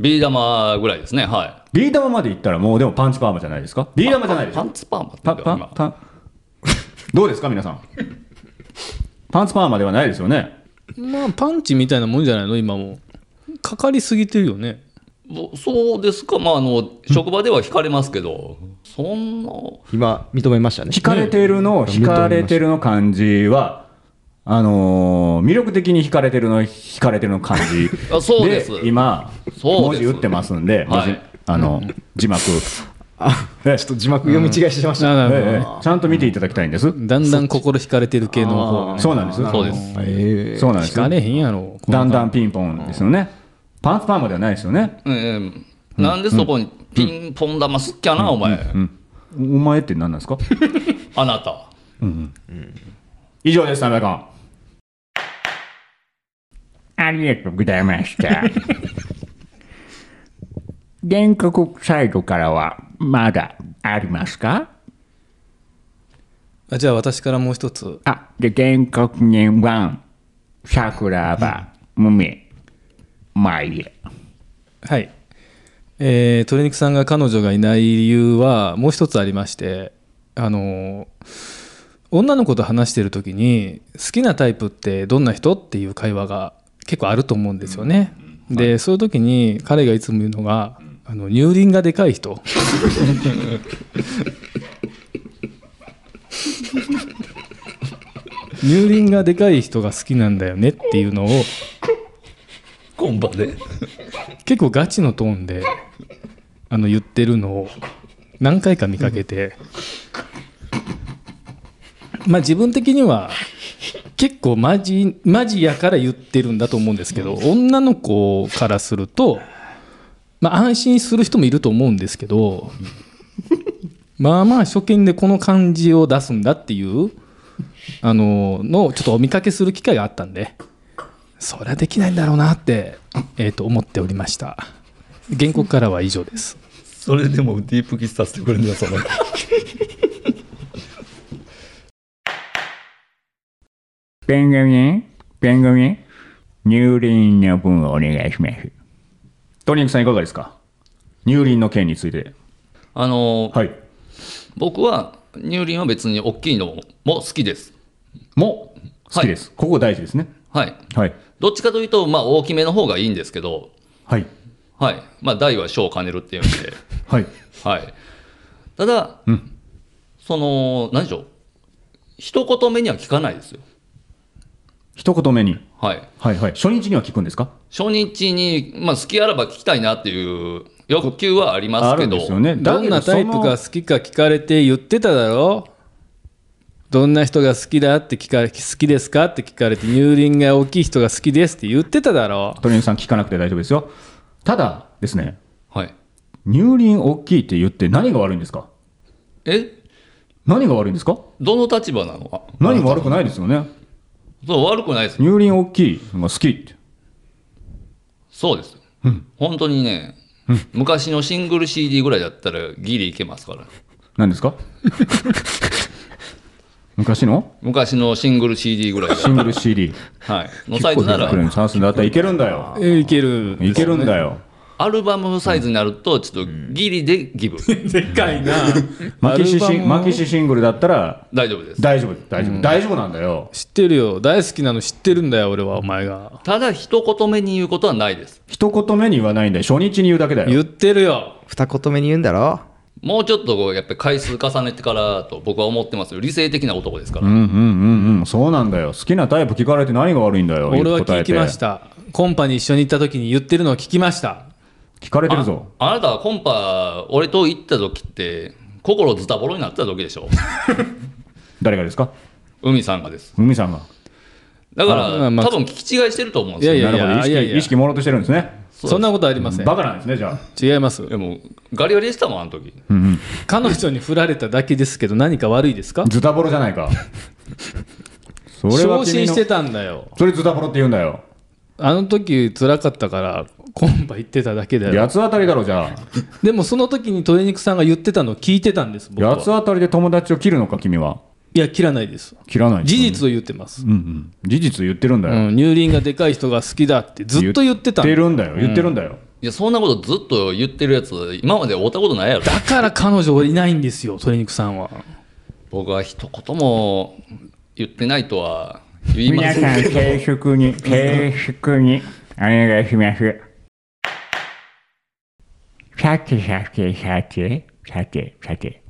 Speaker 4: ビー玉ぐらいですね。は
Speaker 1: ビー玉まで行ったらもうでもパンチパーマじゃないですか。ビ
Speaker 4: い。
Speaker 1: ー玉じゃないです
Speaker 4: パ
Speaker 1: よ。
Speaker 4: ンツパーマって
Speaker 1: パ
Speaker 4: 言う
Speaker 1: ン、
Speaker 4: よ
Speaker 1: パン、
Speaker 4: 今
Speaker 1: パン。どうですか、皆さん。パンツパーマではないですよね。
Speaker 2: まあパンチみたいなもんじゃないの今もかかりすぎてるよね
Speaker 4: ぼそうですか、まあ、あの職場では引かれますけど、そんな、
Speaker 5: 今、認めましたね。
Speaker 1: 惹かれてるの、惹かれてるの感じは、あのー魅力的に惹かれてるの、惹かれてるの感じ
Speaker 4: [LAUGHS] あそうです
Speaker 1: 今、
Speaker 4: そう
Speaker 1: 文
Speaker 4: です
Speaker 1: 字打ってますんで、
Speaker 4: はい
Speaker 1: 文字あの、字幕、えちょっと
Speaker 5: 字幕読み違いしてました。
Speaker 1: え
Speaker 2: な
Speaker 1: え
Speaker 2: る
Speaker 1: ええちゃんと見ていただきたいんです。
Speaker 2: だんだん心惹かれてる系の
Speaker 1: そうなんです。
Speaker 4: そうです。
Speaker 5: ええ
Speaker 1: そうなん
Speaker 2: 方
Speaker 1: で
Speaker 2: 惹
Speaker 1: す。
Speaker 2: かれへんやろ
Speaker 1: だんだ
Speaker 2: ん
Speaker 1: んピンポンですよね。パンツパーマではないですよね。
Speaker 4: うんなんでそこにピンポン玉すっきゃな、お前、
Speaker 1: お前って何なんですか
Speaker 4: あなた。
Speaker 1: 以上です、田中君。
Speaker 7: ありがとうございました。 [LAUGHS] 原告サイドからはまだありますか
Speaker 2: あじゃあ私からもう一つ
Speaker 7: あ、で、原告人1、桜庭、梅、舞へ。
Speaker 2: はい、えー、鶏肉さんが彼女がいない理由はもう一つありましてあのー女の子と話してる時に好きなタイプってどんな人っていう会話が結構あると思うんですよね、で、そういう時に彼がいつも言うのがあの乳輪がでかい人 [LAUGHS] 乳輪がでかい人が好きなんだよねっていうのを
Speaker 4: 今ンバで。
Speaker 2: 結構ガチのトーンであの言ってるのを何回か見かけて、まあ自分的には結構マジマジやから言ってるんだと思うんですけど女の子からすると、まあ、安心する人もいると思うんですけどまあまあ初見でこの感じを出すんだっていうあののをちょっとお見かけする機会があったんで。それはできないんだろうなって、えー、と思っておりました原告からは以上です
Speaker 4: それでもディープキスさせてくれるんだよ、その。
Speaker 7: 弁組、弁組、乳輪の分お願いします。
Speaker 1: トニックさんいかがですか乳輪の件について
Speaker 4: あのー
Speaker 1: はい
Speaker 4: 僕は乳輪は別に大きいのも好きです。
Speaker 1: も好きです、ここ大事ですね
Speaker 4: はい。
Speaker 1: はい
Speaker 4: どっちかというと、まあ大きめの方がいいんですけど、
Speaker 1: はい
Speaker 4: はい。まあ大は小を兼ねるっていうん [LAUGHS] で、
Speaker 1: はい
Speaker 4: はい。ただ、その、何でしょう。一言目には聞かないですよ。
Speaker 1: 一言目に
Speaker 4: はい。
Speaker 1: はいはい初日には聞くんですか
Speaker 4: 初日に、まあ好きあらば聞きたいなっていう欲求はあります
Speaker 1: あ
Speaker 4: け
Speaker 1: るん
Speaker 4: ど、
Speaker 1: ですよね
Speaker 2: どんなタイプが好きか聞かれて言ってただろどんな人が好きだって聞かれ好きですかって聞かれて乳輪が大きい人が好きですって言ってただろ
Speaker 1: トニックさん聞かなくて大丈夫ですよただですね
Speaker 4: はい。
Speaker 1: 乳輪大きいって言って何が悪いんですか
Speaker 4: え
Speaker 1: 何が悪いんですか
Speaker 4: どの立場なの
Speaker 1: 何も悪くないですよね
Speaker 4: そう悪くないです。
Speaker 1: 乳輪大きいのが好きって
Speaker 4: そうです。本当にね、昔のシングル CD ぐらいだったらギリいけますから。
Speaker 1: 何ですか [LAUGHS] 昔の
Speaker 4: 昔のシングル CD ぐらい
Speaker 1: シン
Speaker 4: が、
Speaker 1: グル
Speaker 2: [LAUGHS]
Speaker 1: CD
Speaker 4: はい、の
Speaker 1: 結
Speaker 4: サイ
Speaker 1: 構
Speaker 4: ズ
Speaker 1: 出
Speaker 4: な
Speaker 1: てくる
Speaker 4: ら、
Speaker 1: のチャンスだったらいけるんだよ
Speaker 2: えーいける
Speaker 1: いけるんだよ
Speaker 4: アルバムサイズになると、ちょっとギリでギブ。
Speaker 2: でかいな
Speaker 1: マキシ
Speaker 2: アル
Speaker 1: シ
Speaker 2: バム
Speaker 1: マキシシングルだったら
Speaker 4: 大丈
Speaker 1: [LAUGHS]
Speaker 4: 夫です。
Speaker 1: 大丈夫大丈夫、大丈夫なんだよ
Speaker 2: 知ってるよ大好きなの知ってるんだよ俺はお前が
Speaker 4: ただ、一言目に言うことはないです。
Speaker 1: 一言目に言わないんだよ初日に言うだけだよ
Speaker 2: 言ってるよ
Speaker 5: 二言目に言うんだろ
Speaker 4: もうちょっとこう、やっぱり回数重ねてからと僕は思ってますよ。理性的な男ですか
Speaker 1: う
Speaker 4: ら。
Speaker 1: んうんうんうんそうなんだよ好きなタイプ聞かれて何が悪いんだよ
Speaker 2: 俺は
Speaker 1: 答
Speaker 2: 聞
Speaker 1: えて
Speaker 2: きましたコンパに一緒に行った時に言ってるのを聞きました
Speaker 1: 聞かれてるぞ
Speaker 4: あなたはコンパ、俺と行った時って、心ズタボロになってた時でし [LAUGHS] ょ。
Speaker 1: 誰がですか
Speaker 4: 海さんがです。
Speaker 1: 海さんが
Speaker 4: だか
Speaker 2: あまあ
Speaker 4: ら、
Speaker 2: まあ
Speaker 4: 多分聞き違いしてると思うんですよ。
Speaker 2: いや
Speaker 1: なるほど意
Speaker 2: いやいや
Speaker 1: 識意識もろとしてるんですね
Speaker 4: そうです
Speaker 2: そんなことありません
Speaker 1: バカなんですねじゃあ
Speaker 2: 違います
Speaker 4: いやもうガリガリでしたもん、あの時。
Speaker 2: 彼女に振られただけですけど何か悪いですか
Speaker 1: ズタボロじゃない
Speaker 2: [LAUGHS]
Speaker 1: かそれは
Speaker 2: 昇
Speaker 1: 君
Speaker 2: 進
Speaker 1: の
Speaker 2: してたんだよ
Speaker 1: それズタボロって言うんだよ
Speaker 2: あの時辛かったからコンパ行ってただけだよ
Speaker 1: 八つ当たりだろじゃあ
Speaker 2: でもその時に鶏肉さんが言ってたのを聞いてたんです僕
Speaker 1: 八つ
Speaker 2: は
Speaker 1: 当たりで友達を切るのか君はい
Speaker 2: や切らないです
Speaker 1: 切らない
Speaker 2: 事実を言ってます、
Speaker 1: うんうん事実言ってるんだ
Speaker 2: う
Speaker 1: よ、
Speaker 2: ん、乳輪がでかい人が好きだってずっと言ってたん
Speaker 1: 言って
Speaker 2: だ
Speaker 1: るんだよ言ってるんだよ、
Speaker 4: いや、そんなことずっと言ってるやつ、今まで会ったことないやろ。
Speaker 2: から彼女いないんですよ鶏肉さんは
Speaker 4: [LAUGHS] 僕は一言も言ってないとは言いま
Speaker 7: 皆
Speaker 4: せん
Speaker 7: さん、軽食に、 [LAUGHS] 軽食に、お願いします。さてさてさて、さてさて。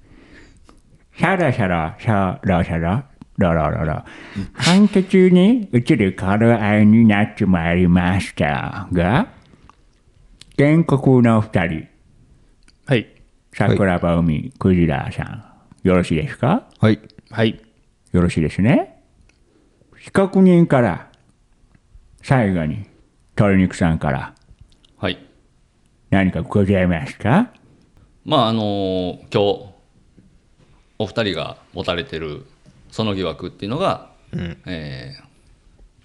Speaker 7: さらさら、さらさら、らららら。半途中に移る頃合いになってまいりましたが、原告のお二人、
Speaker 2: はい
Speaker 7: 桜庭海、クジラさん、よろしいですか
Speaker 5: う。はい。
Speaker 2: はい
Speaker 7: よろしいですね。被告人から、最後に、鶏肉さんから、
Speaker 4: はい。
Speaker 7: 何かございますか
Speaker 4: まあ、あの今日、お二人が持たれてるその疑惑っていうのが、え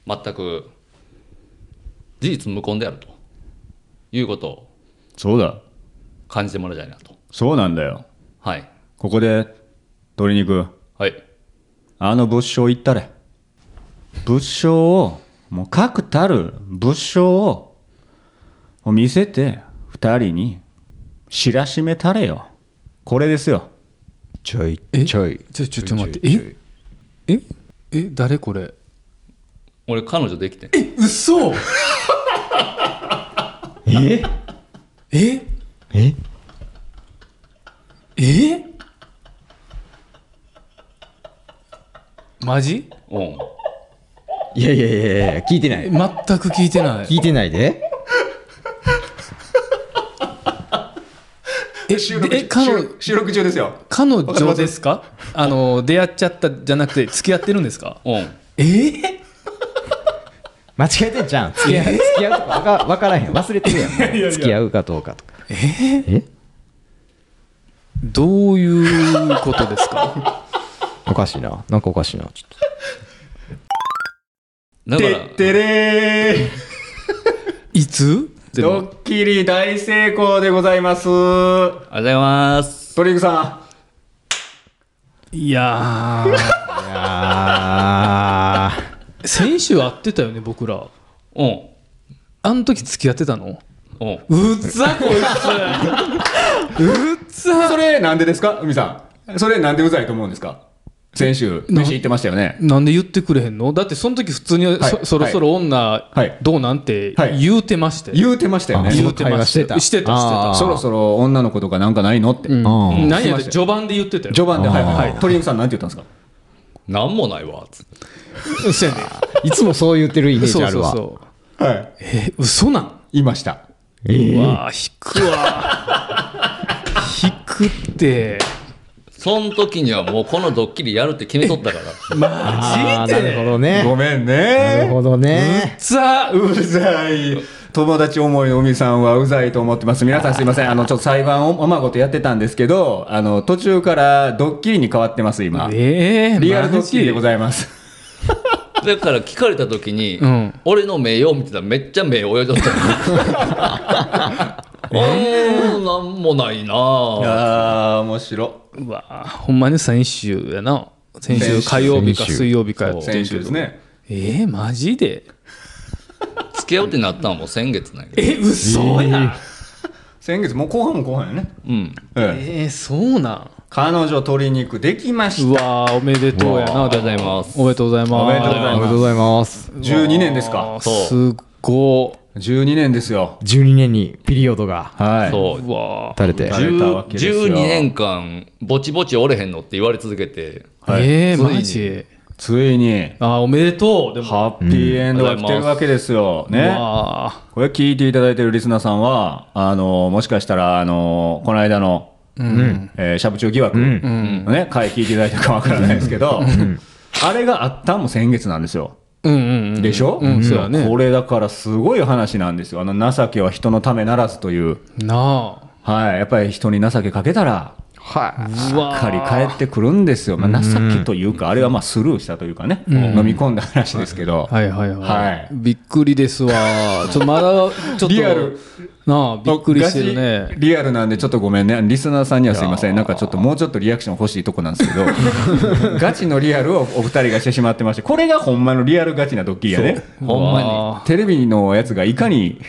Speaker 4: ー全く事実無根であるということを
Speaker 1: そうだ
Speaker 4: 感じてもらいたいなと。
Speaker 1: そうなんだよ
Speaker 4: はい。
Speaker 1: ここで鶏肉
Speaker 4: はい。
Speaker 1: あの物証言ったれ物証をもう確たる物証をを見せて二人に知らしめたれよこれですよ
Speaker 5: ちょい
Speaker 2: え
Speaker 5: ちょい。
Speaker 2: ちょちょちょっと待ってえええ誰これ
Speaker 4: 俺、彼女できてん
Speaker 2: 嘘
Speaker 5: え
Speaker 2: え
Speaker 5: え
Speaker 2: えマジ
Speaker 4: うん。
Speaker 5: いやいやいやいや、聞いてない。
Speaker 2: 全く聞いてない
Speaker 5: 聞いてないで
Speaker 2: で
Speaker 6: 収録
Speaker 2: え彼
Speaker 6: 収録収録中ですよ。
Speaker 2: 彼女ですかあの出会っちゃったじゃなくて付き合ってるんですか
Speaker 4: うん。
Speaker 2: えー、
Speaker 5: 間違えてんじゃん付き合う付き合うとかわか分からへん忘れてるやん付き合うかどうかとかえ
Speaker 2: どういうことですか
Speaker 5: おかしいななんかおかしいなちょっ
Speaker 4: だから、
Speaker 3: てってれー
Speaker 2: いつで
Speaker 3: ド
Speaker 2: も
Speaker 3: ッキリ大成功でございます。ト
Speaker 4: ありがとうございます。
Speaker 3: リグさ
Speaker 2: [LAUGHS] いやー
Speaker 5: とあー
Speaker 2: 先週会ってたよね僕ら
Speaker 4: うん。
Speaker 2: あの時付き合ってたの
Speaker 4: うん。
Speaker 2: うっざこいつうっ
Speaker 3: ん。
Speaker 2: ざ
Speaker 3: それなんでですか海さん。それなんでうざいと思うんですか先週、飯行ってましたよね。
Speaker 2: なんで言ってくれへんのだってその時普通にそ,、
Speaker 3: はい
Speaker 2: そろそろ女
Speaker 3: はい
Speaker 2: どうなんて
Speaker 3: はい
Speaker 2: 言うてまして、
Speaker 3: 言うてましたよね。
Speaker 2: 言うてまし
Speaker 5: その会話して
Speaker 2: た
Speaker 5: た
Speaker 2: してたして
Speaker 5: あ
Speaker 2: た
Speaker 5: ー
Speaker 3: そろそろ女の子とかなんかないのって。
Speaker 2: うん、何
Speaker 3: して
Speaker 2: や
Speaker 3: ま
Speaker 2: っ
Speaker 3: した
Speaker 2: て
Speaker 3: よ
Speaker 2: 序盤で言ってたよ
Speaker 3: 序盤で、はいはい
Speaker 2: あ
Speaker 3: はい。トリグさんなんて言ったんですか
Speaker 4: なんもないわ。つって
Speaker 2: 盤そうやね
Speaker 5: いつもそう言ってるイメー
Speaker 2: そ
Speaker 5: ジ
Speaker 2: う
Speaker 5: ある
Speaker 2: そう
Speaker 5: わ
Speaker 2: そう
Speaker 3: はい。
Speaker 2: え嘘なん
Speaker 3: いました。
Speaker 2: うわー引くわ [LAUGHS] 引くって
Speaker 4: その時にはもうこのドッキリやるって決めとったから。
Speaker 5: あ
Speaker 2: マ
Speaker 5: ー
Speaker 2: ジ
Speaker 5: な
Speaker 2: で
Speaker 5: るほどね
Speaker 3: ごめん
Speaker 5: なる
Speaker 3: ね。
Speaker 5: ほどね
Speaker 2: ざ
Speaker 3: うざい。友達思いの海さんはうざいと思ってます。皆さんすいません。あの、ちょっと裁判をおまごとやってたんですけど、あの、途中からドッキリに変わってます、今。
Speaker 2: ええ
Speaker 3: リアルドッキリでご
Speaker 2: い
Speaker 3: ざいます。
Speaker 4: だから聞かれた時に、
Speaker 2: うん
Speaker 4: 俺の目よう見てたらめっちゃ目泳いどったのうんなんもないなぁ
Speaker 3: ああ、面白。
Speaker 2: うわーほんまに先週やな先週
Speaker 3: 先週
Speaker 2: 火曜日か
Speaker 5: 先週
Speaker 2: 水曜日かやってん
Speaker 3: 先
Speaker 2: け
Speaker 3: 週
Speaker 2: ど
Speaker 3: ですね。
Speaker 2: えー、マジで
Speaker 4: 付き合うってなったのも先月なんやけど
Speaker 2: え嘘や
Speaker 3: 先月、もう後半も後半やね。
Speaker 4: うん
Speaker 3: ええ
Speaker 2: えー、そうなん
Speaker 3: 彼女鶏肉できまし
Speaker 2: う
Speaker 3: た。
Speaker 2: わーおめでとうやな
Speaker 4: ありがとうございます
Speaker 2: おめでとうございます
Speaker 3: おめでとうござい
Speaker 5: おめでとうございます
Speaker 3: 12年ですか。
Speaker 2: すっご
Speaker 3: 12年ですよ。
Speaker 5: 12年にピリオドが
Speaker 3: はい。
Speaker 4: そう
Speaker 2: うわ
Speaker 5: 垂れて
Speaker 3: 垂れたわけですよ
Speaker 4: 12年間ぼちぼち折れへんのって言われ続けて
Speaker 2: ー、
Speaker 3: はい
Speaker 2: えー、マジ
Speaker 3: ついに、
Speaker 2: あーおめでとうでも
Speaker 3: ハッピーエンドが来てるわけですよ。ね。
Speaker 2: うわ
Speaker 3: これ聞いていただいてるリスナーさんは、あの、もしかしたら、あの、この間の、えー、しゃぶ中疑惑のね、回聞いていただいたかわからないですけど、あれがあったんも先月なんですよ。
Speaker 2: ーうんうんうん
Speaker 3: でしょ、
Speaker 2: うんそうやね
Speaker 3: これだからすごい話なんですよ。あの、情けは人のためならずという。
Speaker 2: な
Speaker 3: はい。やっぱり人に情けかけたら、
Speaker 2: あ
Speaker 5: は
Speaker 2: う
Speaker 3: し
Speaker 2: わ
Speaker 3: っかり返ってくるんですよ。まあ、情けというか、あれはまあスルーしたというかね、飲み込んだ話ですけど。
Speaker 2: はいはいはい、
Speaker 3: はい
Speaker 2: びっくりですわちょっとまだちょっと
Speaker 3: リアル
Speaker 2: なあびっくりしてる
Speaker 3: ガチ
Speaker 2: ね
Speaker 3: リアルなんでちょっとごめんねリスナーさんにはすいませんなんかちょっともうちょっとリアクション欲しいとこなんですけど [LAUGHS] ガチのリアルをお二人がしてしまってましてこれがほんまのリアルガチなドッキリやね
Speaker 4: ほんまに
Speaker 2: わ
Speaker 3: テレビのやつがいかに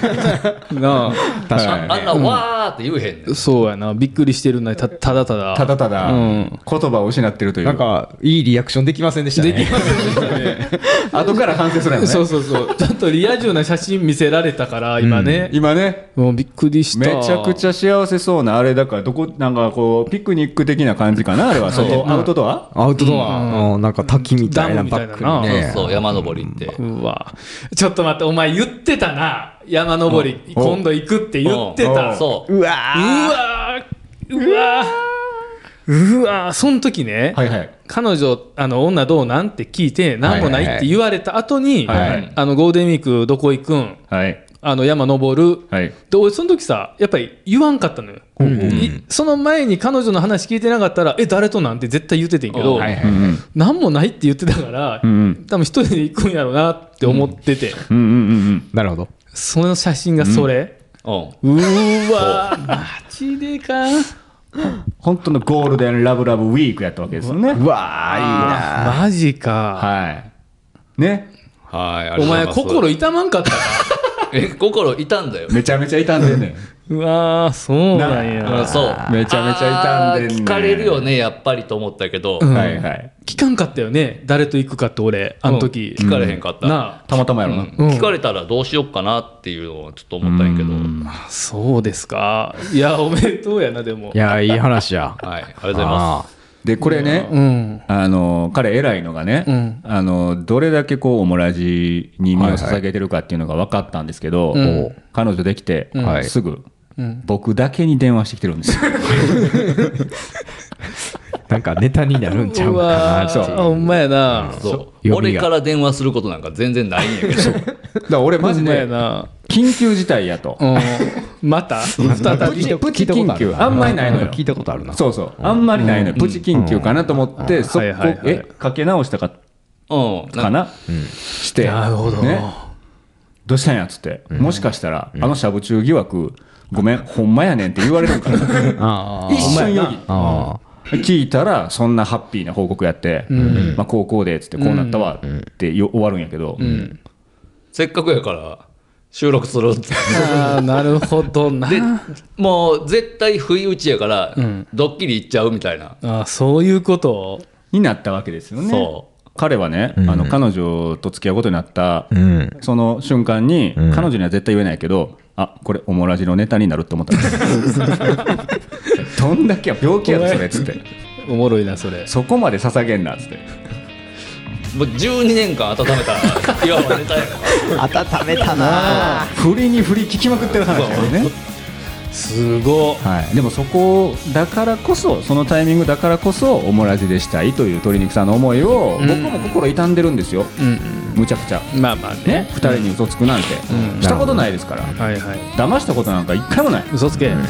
Speaker 2: あな
Speaker 3: はい
Speaker 4: あんなわーって言うへんねん
Speaker 2: あそうやなびっくりしてるなたただただ
Speaker 3: ただただ
Speaker 2: うん
Speaker 3: 言葉を失ってるとい
Speaker 5: いなん
Speaker 3: う
Speaker 5: かいいリアクションできませんでしたね
Speaker 2: できませんでしたね
Speaker 3: 後から反省するや
Speaker 2: [LAUGHS]
Speaker 3: ろ
Speaker 2: そう
Speaker 3: ね
Speaker 2: そうそうちょっとリア充な写真見せられたから今ね、
Speaker 3: 今ね
Speaker 2: もうびっくりした
Speaker 3: めちゃくちゃ幸せそうなあれだからどこなんかこうピクニック的な感じかなあれは外アウトドア
Speaker 5: アウトドアのなんか滝みた
Speaker 2: ダ
Speaker 5: いな
Speaker 2: ムみたい
Speaker 5: バ
Speaker 2: な
Speaker 5: ックにね
Speaker 4: そうそう山登りって
Speaker 2: うわちょっと待ってお前言ってたな山登り今度行くって言って
Speaker 4: う
Speaker 2: た
Speaker 4: んそう
Speaker 5: う
Speaker 2: う
Speaker 5: わ
Speaker 2: わーうわーうわーその時ね、
Speaker 3: はいはい
Speaker 2: 彼女あの女どうなんって聞いて何もないって言われた後に、
Speaker 3: はいはい
Speaker 2: あのゴールデンウィークどこ行くん
Speaker 3: はい
Speaker 2: あの山登る、
Speaker 3: はい
Speaker 2: で俺その時さやっぱり言わんかったのよ、いその前に彼女の話聞いてなかったら「え誰となん?」て絶対言っててんけど、
Speaker 4: はい
Speaker 3: うんうん
Speaker 2: 何もないって言ってたから、
Speaker 3: ん
Speaker 2: 多分一人で行くんやろうなって思ってて、
Speaker 3: うんうんうんうん
Speaker 5: なるほど
Speaker 2: その写真がそれ、
Speaker 4: うん
Speaker 2: うーわーマジでか
Speaker 3: 本当のゴールデンラブラブウィークやったわけですよね。
Speaker 5: うわーいい
Speaker 2: マジか、
Speaker 3: はい。ね。
Speaker 4: はいあり
Speaker 2: お
Speaker 4: が
Speaker 2: 前
Speaker 4: とうござい
Speaker 2: 心
Speaker 4: ます
Speaker 2: 痛まんかったか
Speaker 4: え心痛んだよ
Speaker 3: めちゃめちゃ傷んでんねん。
Speaker 2: うわーそうなんや
Speaker 4: うんそう
Speaker 3: めちゃめちゃ痛んでんね
Speaker 4: あー聞かれるよねやっぱりと思ったけど
Speaker 2: うん
Speaker 3: はいはい。
Speaker 2: 聞かんかったよね誰と行くかって俺あの時、
Speaker 4: 聞かれへんかった
Speaker 2: な
Speaker 3: たまたまやろな。
Speaker 2: うん
Speaker 4: 聞かれたらどうしよっかなっていうのをちょっと思ったんやけど、はい、
Speaker 2: あそうですかいやおめでとうやなでも
Speaker 5: いやいい話 [LAUGHS] や
Speaker 4: ありがとうございま
Speaker 5: あ
Speaker 3: で、これね、
Speaker 2: うん
Speaker 3: あの、彼偉いのがね、
Speaker 2: うん
Speaker 3: あの、どれだけこう、オムラジに身を捧げてるかっていうのが分かったんですけど、
Speaker 2: はいはい
Speaker 3: こう彼女できて、
Speaker 2: うん
Speaker 3: すぐ、僕だけに電話してきてるんですよ。
Speaker 5: なんかネタになるんちゃう
Speaker 2: う
Speaker 5: かな
Speaker 2: わ
Speaker 5: っていう
Speaker 2: ー、ほんまやな。
Speaker 4: そう
Speaker 5: 読みが
Speaker 4: 俺から電話することなんか全然ないんやけど
Speaker 3: だから俺マ
Speaker 2: ほ
Speaker 3: ジ
Speaker 2: んまや
Speaker 3: で
Speaker 2: な。
Speaker 3: 緊急事態やと。
Speaker 2: うん。 [LAUGHS] また再
Speaker 3: プチ
Speaker 2: び。
Speaker 3: プチ
Speaker 5: 聞いたこと
Speaker 3: 緊
Speaker 5: ある
Speaker 3: 急
Speaker 5: な
Speaker 3: あんまりないのよ
Speaker 5: 聞いたことあるな。
Speaker 3: そうそうあんまりないのよ、プチ緊急かなと思って、そこ、
Speaker 2: はいはいはい
Speaker 3: えかけ直したか
Speaker 4: うん
Speaker 3: かな、して
Speaker 2: なるほど
Speaker 3: ね、どうしたんやっつって、もしかしたら、あのしゃぶ中疑惑ごめんほんまやねんって言われるんかな
Speaker 5: あ
Speaker 3: [LAUGHS] 一瞬よぎ
Speaker 5: あ
Speaker 3: 聞いたらそんなハッピーな報告やって、まあ、高校でっつってこうなったわってよ終わるんやけど、
Speaker 4: せっかくやから収録するって
Speaker 2: あーなるほどな。
Speaker 4: でもう絶対不意打ちやから、ドッキリいっちゃうみたいな
Speaker 2: あーそういうこと。
Speaker 3: になったわけですよね
Speaker 4: そ
Speaker 3: 彼はね、あの彼女と付き合うことになった、
Speaker 5: ん
Speaker 3: その瞬間に、彼女には絶対言えないけどあこれオモラジのネタになると思ったんですどんだけや病気やぞそれっつって
Speaker 2: おもろいな、それ。
Speaker 3: そこまで捧げんなっつって
Speaker 4: もう12年間温めたいわばネタやから
Speaker 5: あ。温めたな。
Speaker 3: 振りに振り聞きまくってる話だよね、
Speaker 2: すごっ。
Speaker 3: はい、でもそこだからこそそのタイミングだからこそオモラジでしたいという鶏肉さんの思いを、僕も心痛んでるんですよ、むちゃくちゃ
Speaker 2: まあまあね
Speaker 3: ね。2人に嘘つくなんて、したことないですから、
Speaker 2: はいはい。
Speaker 3: 騙したことなんか一回もない
Speaker 2: 嘘つけ。
Speaker 3: だか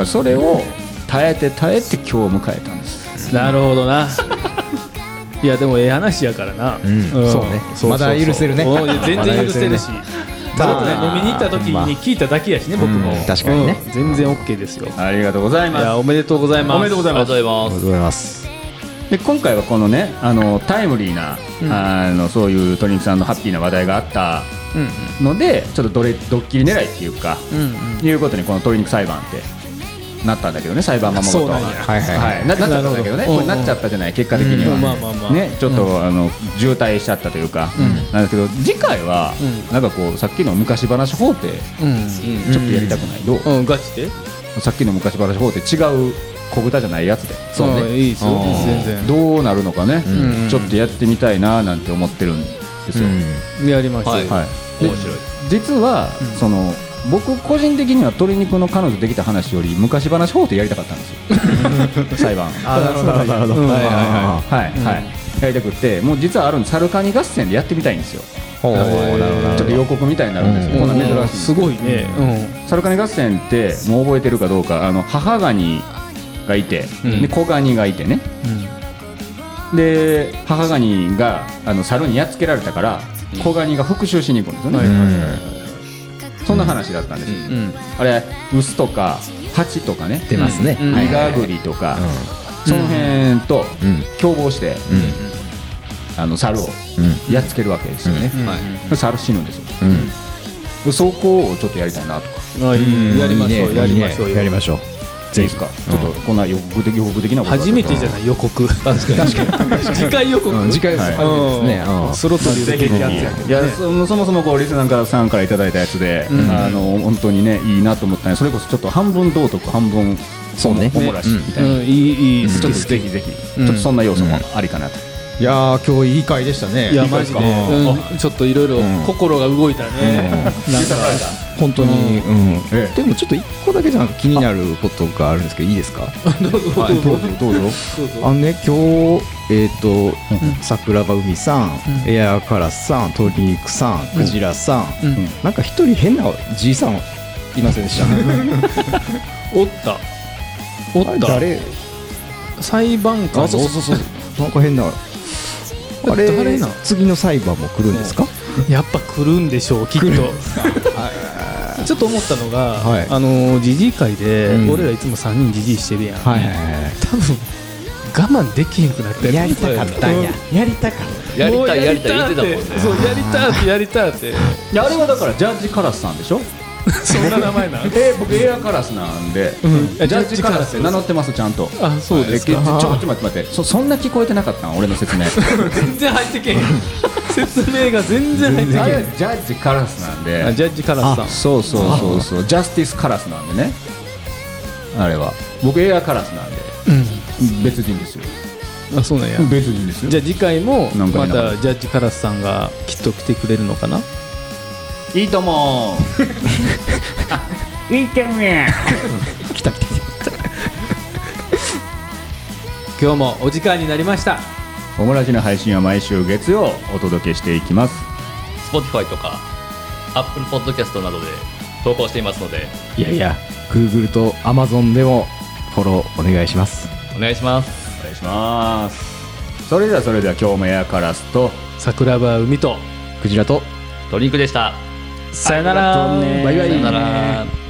Speaker 3: らそれを耐えて耐えて今日迎えたんです
Speaker 2: なるほどな。いやでもええ話やからな。うん
Speaker 5: そうねまだ許せるね
Speaker 2: うんいや全然許せるし。ただ
Speaker 5: まあ
Speaker 2: ね飲みに行った時に聞いただけやしね僕も
Speaker 5: うん。確かにね
Speaker 2: うん。全然オッケーですよ。い
Speaker 3: ありがとうござい
Speaker 2: や
Speaker 3: ま
Speaker 2: おめでとうございます。おめでとうござ
Speaker 4: ありがとうございま
Speaker 5: ありが
Speaker 4: す
Speaker 5: とうございます。
Speaker 3: すで今回はこのねあのタイムリーな、あのそういう鶏肉さんのハッピーな話題があったので、ちょっとどれドッキリ狙いっていうか、いうことにこの鶏肉裁判ってなったんだけどね裁判守ると
Speaker 2: そうなんや
Speaker 5: はいはいはい
Speaker 3: ななっちゃったんだけどね
Speaker 2: なるほど
Speaker 3: これなっちゃったじゃない結果的には、
Speaker 2: うんまあまあまあ
Speaker 3: ね、ちょっと、あの渋滞しちゃったというか、なんだけど次回は、なんかこうさっきの昔話法廷
Speaker 4: うん
Speaker 3: ちょっとやりたくない、どう
Speaker 2: うんガチで。
Speaker 3: さっきの昔話法って違う小豚じゃないやつで
Speaker 2: そうね。いいですよ。
Speaker 3: うん
Speaker 2: 全然。
Speaker 3: どうなるのかね、
Speaker 2: ん
Speaker 3: ちょっとやってみたいななんて思ってるんですよ、
Speaker 2: やりましょう。
Speaker 4: はい
Speaker 3: はい、
Speaker 4: 面白い
Speaker 3: 実は、その僕個人的には鶏肉の彼女できた話より昔話法廷やりたかったんですよ裁判
Speaker 5: あなるほどなるほど。はいはいは
Speaker 3: はい、はいやりたくてもう実はあるんですサルカニ合戦でやってみたいんですよ
Speaker 5: い。ほうなるほどなる
Speaker 3: ち
Speaker 5: ほ
Speaker 3: ょっと
Speaker 5: ど。
Speaker 3: 予告みたいになるんですけど、
Speaker 2: う
Speaker 3: こんなん珍しい
Speaker 2: すごいね。
Speaker 3: サルカニ合戦ってもう覚えてるかどうかあの母ガニがいて、で子ガニがいてね、で母ガニがあの猿にやっつけられたから子ガニが復讐しに行くんですよね、そんな話だったんですよ、あれウスとかハチとかね
Speaker 5: 出ますね。
Speaker 3: イガグリとか、その辺と
Speaker 5: ん
Speaker 3: 共謀して、あの猿をやっつけるわけですよね、
Speaker 4: はい
Speaker 3: 猿死ぬんですよ、でそこをちょっとやりたいなとか
Speaker 2: うん。あいいやりましょう。やりましょう
Speaker 5: いいね
Speaker 2: よ。
Speaker 5: やりましょう。
Speaker 3: いいですか、ちょっとこんな予告的予告的なことだ
Speaker 2: 初めてじゃない予告。確かに。 [LAUGHS] 次回予告。
Speaker 5: 次回は初めてですね。うん
Speaker 2: スロットでぜひやつや
Speaker 3: いやそもそもそもこうリスナーからさんからいただいたやつで、あの本当にねいいなと思ったねそれこそちょっと半分道徳半分
Speaker 5: そうね
Speaker 3: おもらしみたいな、
Speaker 2: うん、いい、いい、好
Speaker 3: ちょ
Speaker 2: き
Speaker 3: っと
Speaker 2: 好き。
Speaker 3: ぜひぜひ、ちょっとそんな要素もありかなと、
Speaker 5: いやー今日いい回でしたね。
Speaker 2: いや、マジで、うん、ちょっといろいろ心が動いたね。なんか、
Speaker 5: 本当に。うん
Speaker 3: え
Speaker 5: でもちょっと一個だけじゃ気になることがあるんですけどいいですか
Speaker 2: どうぞ、
Speaker 3: えどうぞどうぞ
Speaker 5: あのね今日えっ、と、桜庭海さん、エアカラスさん鶏肉さんクジラさん、
Speaker 2: うん
Speaker 5: なんか一人変なじいさんいませんでした [LAUGHS]
Speaker 2: おった。お
Speaker 5: あれ
Speaker 2: っ
Speaker 5: 誰
Speaker 2: た。裁判官。
Speaker 5: あそうそうそうそうなんか変なあれ
Speaker 2: 誰なん
Speaker 5: 次の裁判も来るんですか
Speaker 2: やっぱ来るんでしょう、きっと。ちょっと思ったのが、
Speaker 5: はい
Speaker 2: あのじじい会で、
Speaker 5: うん
Speaker 2: 俺らいつも三人じじいしてるやん、
Speaker 5: はいはいは
Speaker 2: 多分我慢できへんくなって
Speaker 5: いやりたかったんややりたかっ
Speaker 4: やり
Speaker 2: もう
Speaker 4: たいやりたい言ってたもんね
Speaker 2: やりたってそうやりたってやりたって
Speaker 3: いやあれはだからジャッジカラスさんでし [LAUGHS] ょ
Speaker 2: そんな名前なん
Speaker 3: [LAUGHS] えー僕エアカラスなんで、
Speaker 2: ん
Speaker 3: ジャッジカラスって名乗ってますちゃんと
Speaker 2: あそうですか
Speaker 3: えーちょちょっと待って待ってそそんな聞こえてなかったん俺の [LAUGHS] 説明
Speaker 2: 全然入ってけへん説明が全然入ってけ
Speaker 3: あ
Speaker 2: へ
Speaker 3: れ
Speaker 2: ん
Speaker 3: はジャッジカラスなんで
Speaker 2: あジャッジカラスさん
Speaker 3: そうそうそうそうジャスティスカラスなんでねあれは僕エアカラスなんで、別人ですよ
Speaker 2: あそうなんや
Speaker 3: 別人です
Speaker 2: じゃあ次回も
Speaker 3: なんか
Speaker 2: ま
Speaker 3: いなかった
Speaker 2: たジャッジカラスさんがきっと来てくれるのかない
Speaker 3: いとも [LAUGHS]
Speaker 8: いいと思う
Speaker 2: 来た来た来た今日もお時間になりました
Speaker 3: オムラジの配信は毎週月曜お届けしていきます
Speaker 4: Spotify とか Apple Podcast などで投稿していますので
Speaker 9: いやいや Google と Amazon でもフォローお願いします
Speaker 4: お願いします
Speaker 3: お願いしますそれではそれでは今日もエアカラスと
Speaker 2: 桜庭海と
Speaker 9: クジラと
Speaker 4: ドリンクでした
Speaker 2: さよなら
Speaker 4: さよなら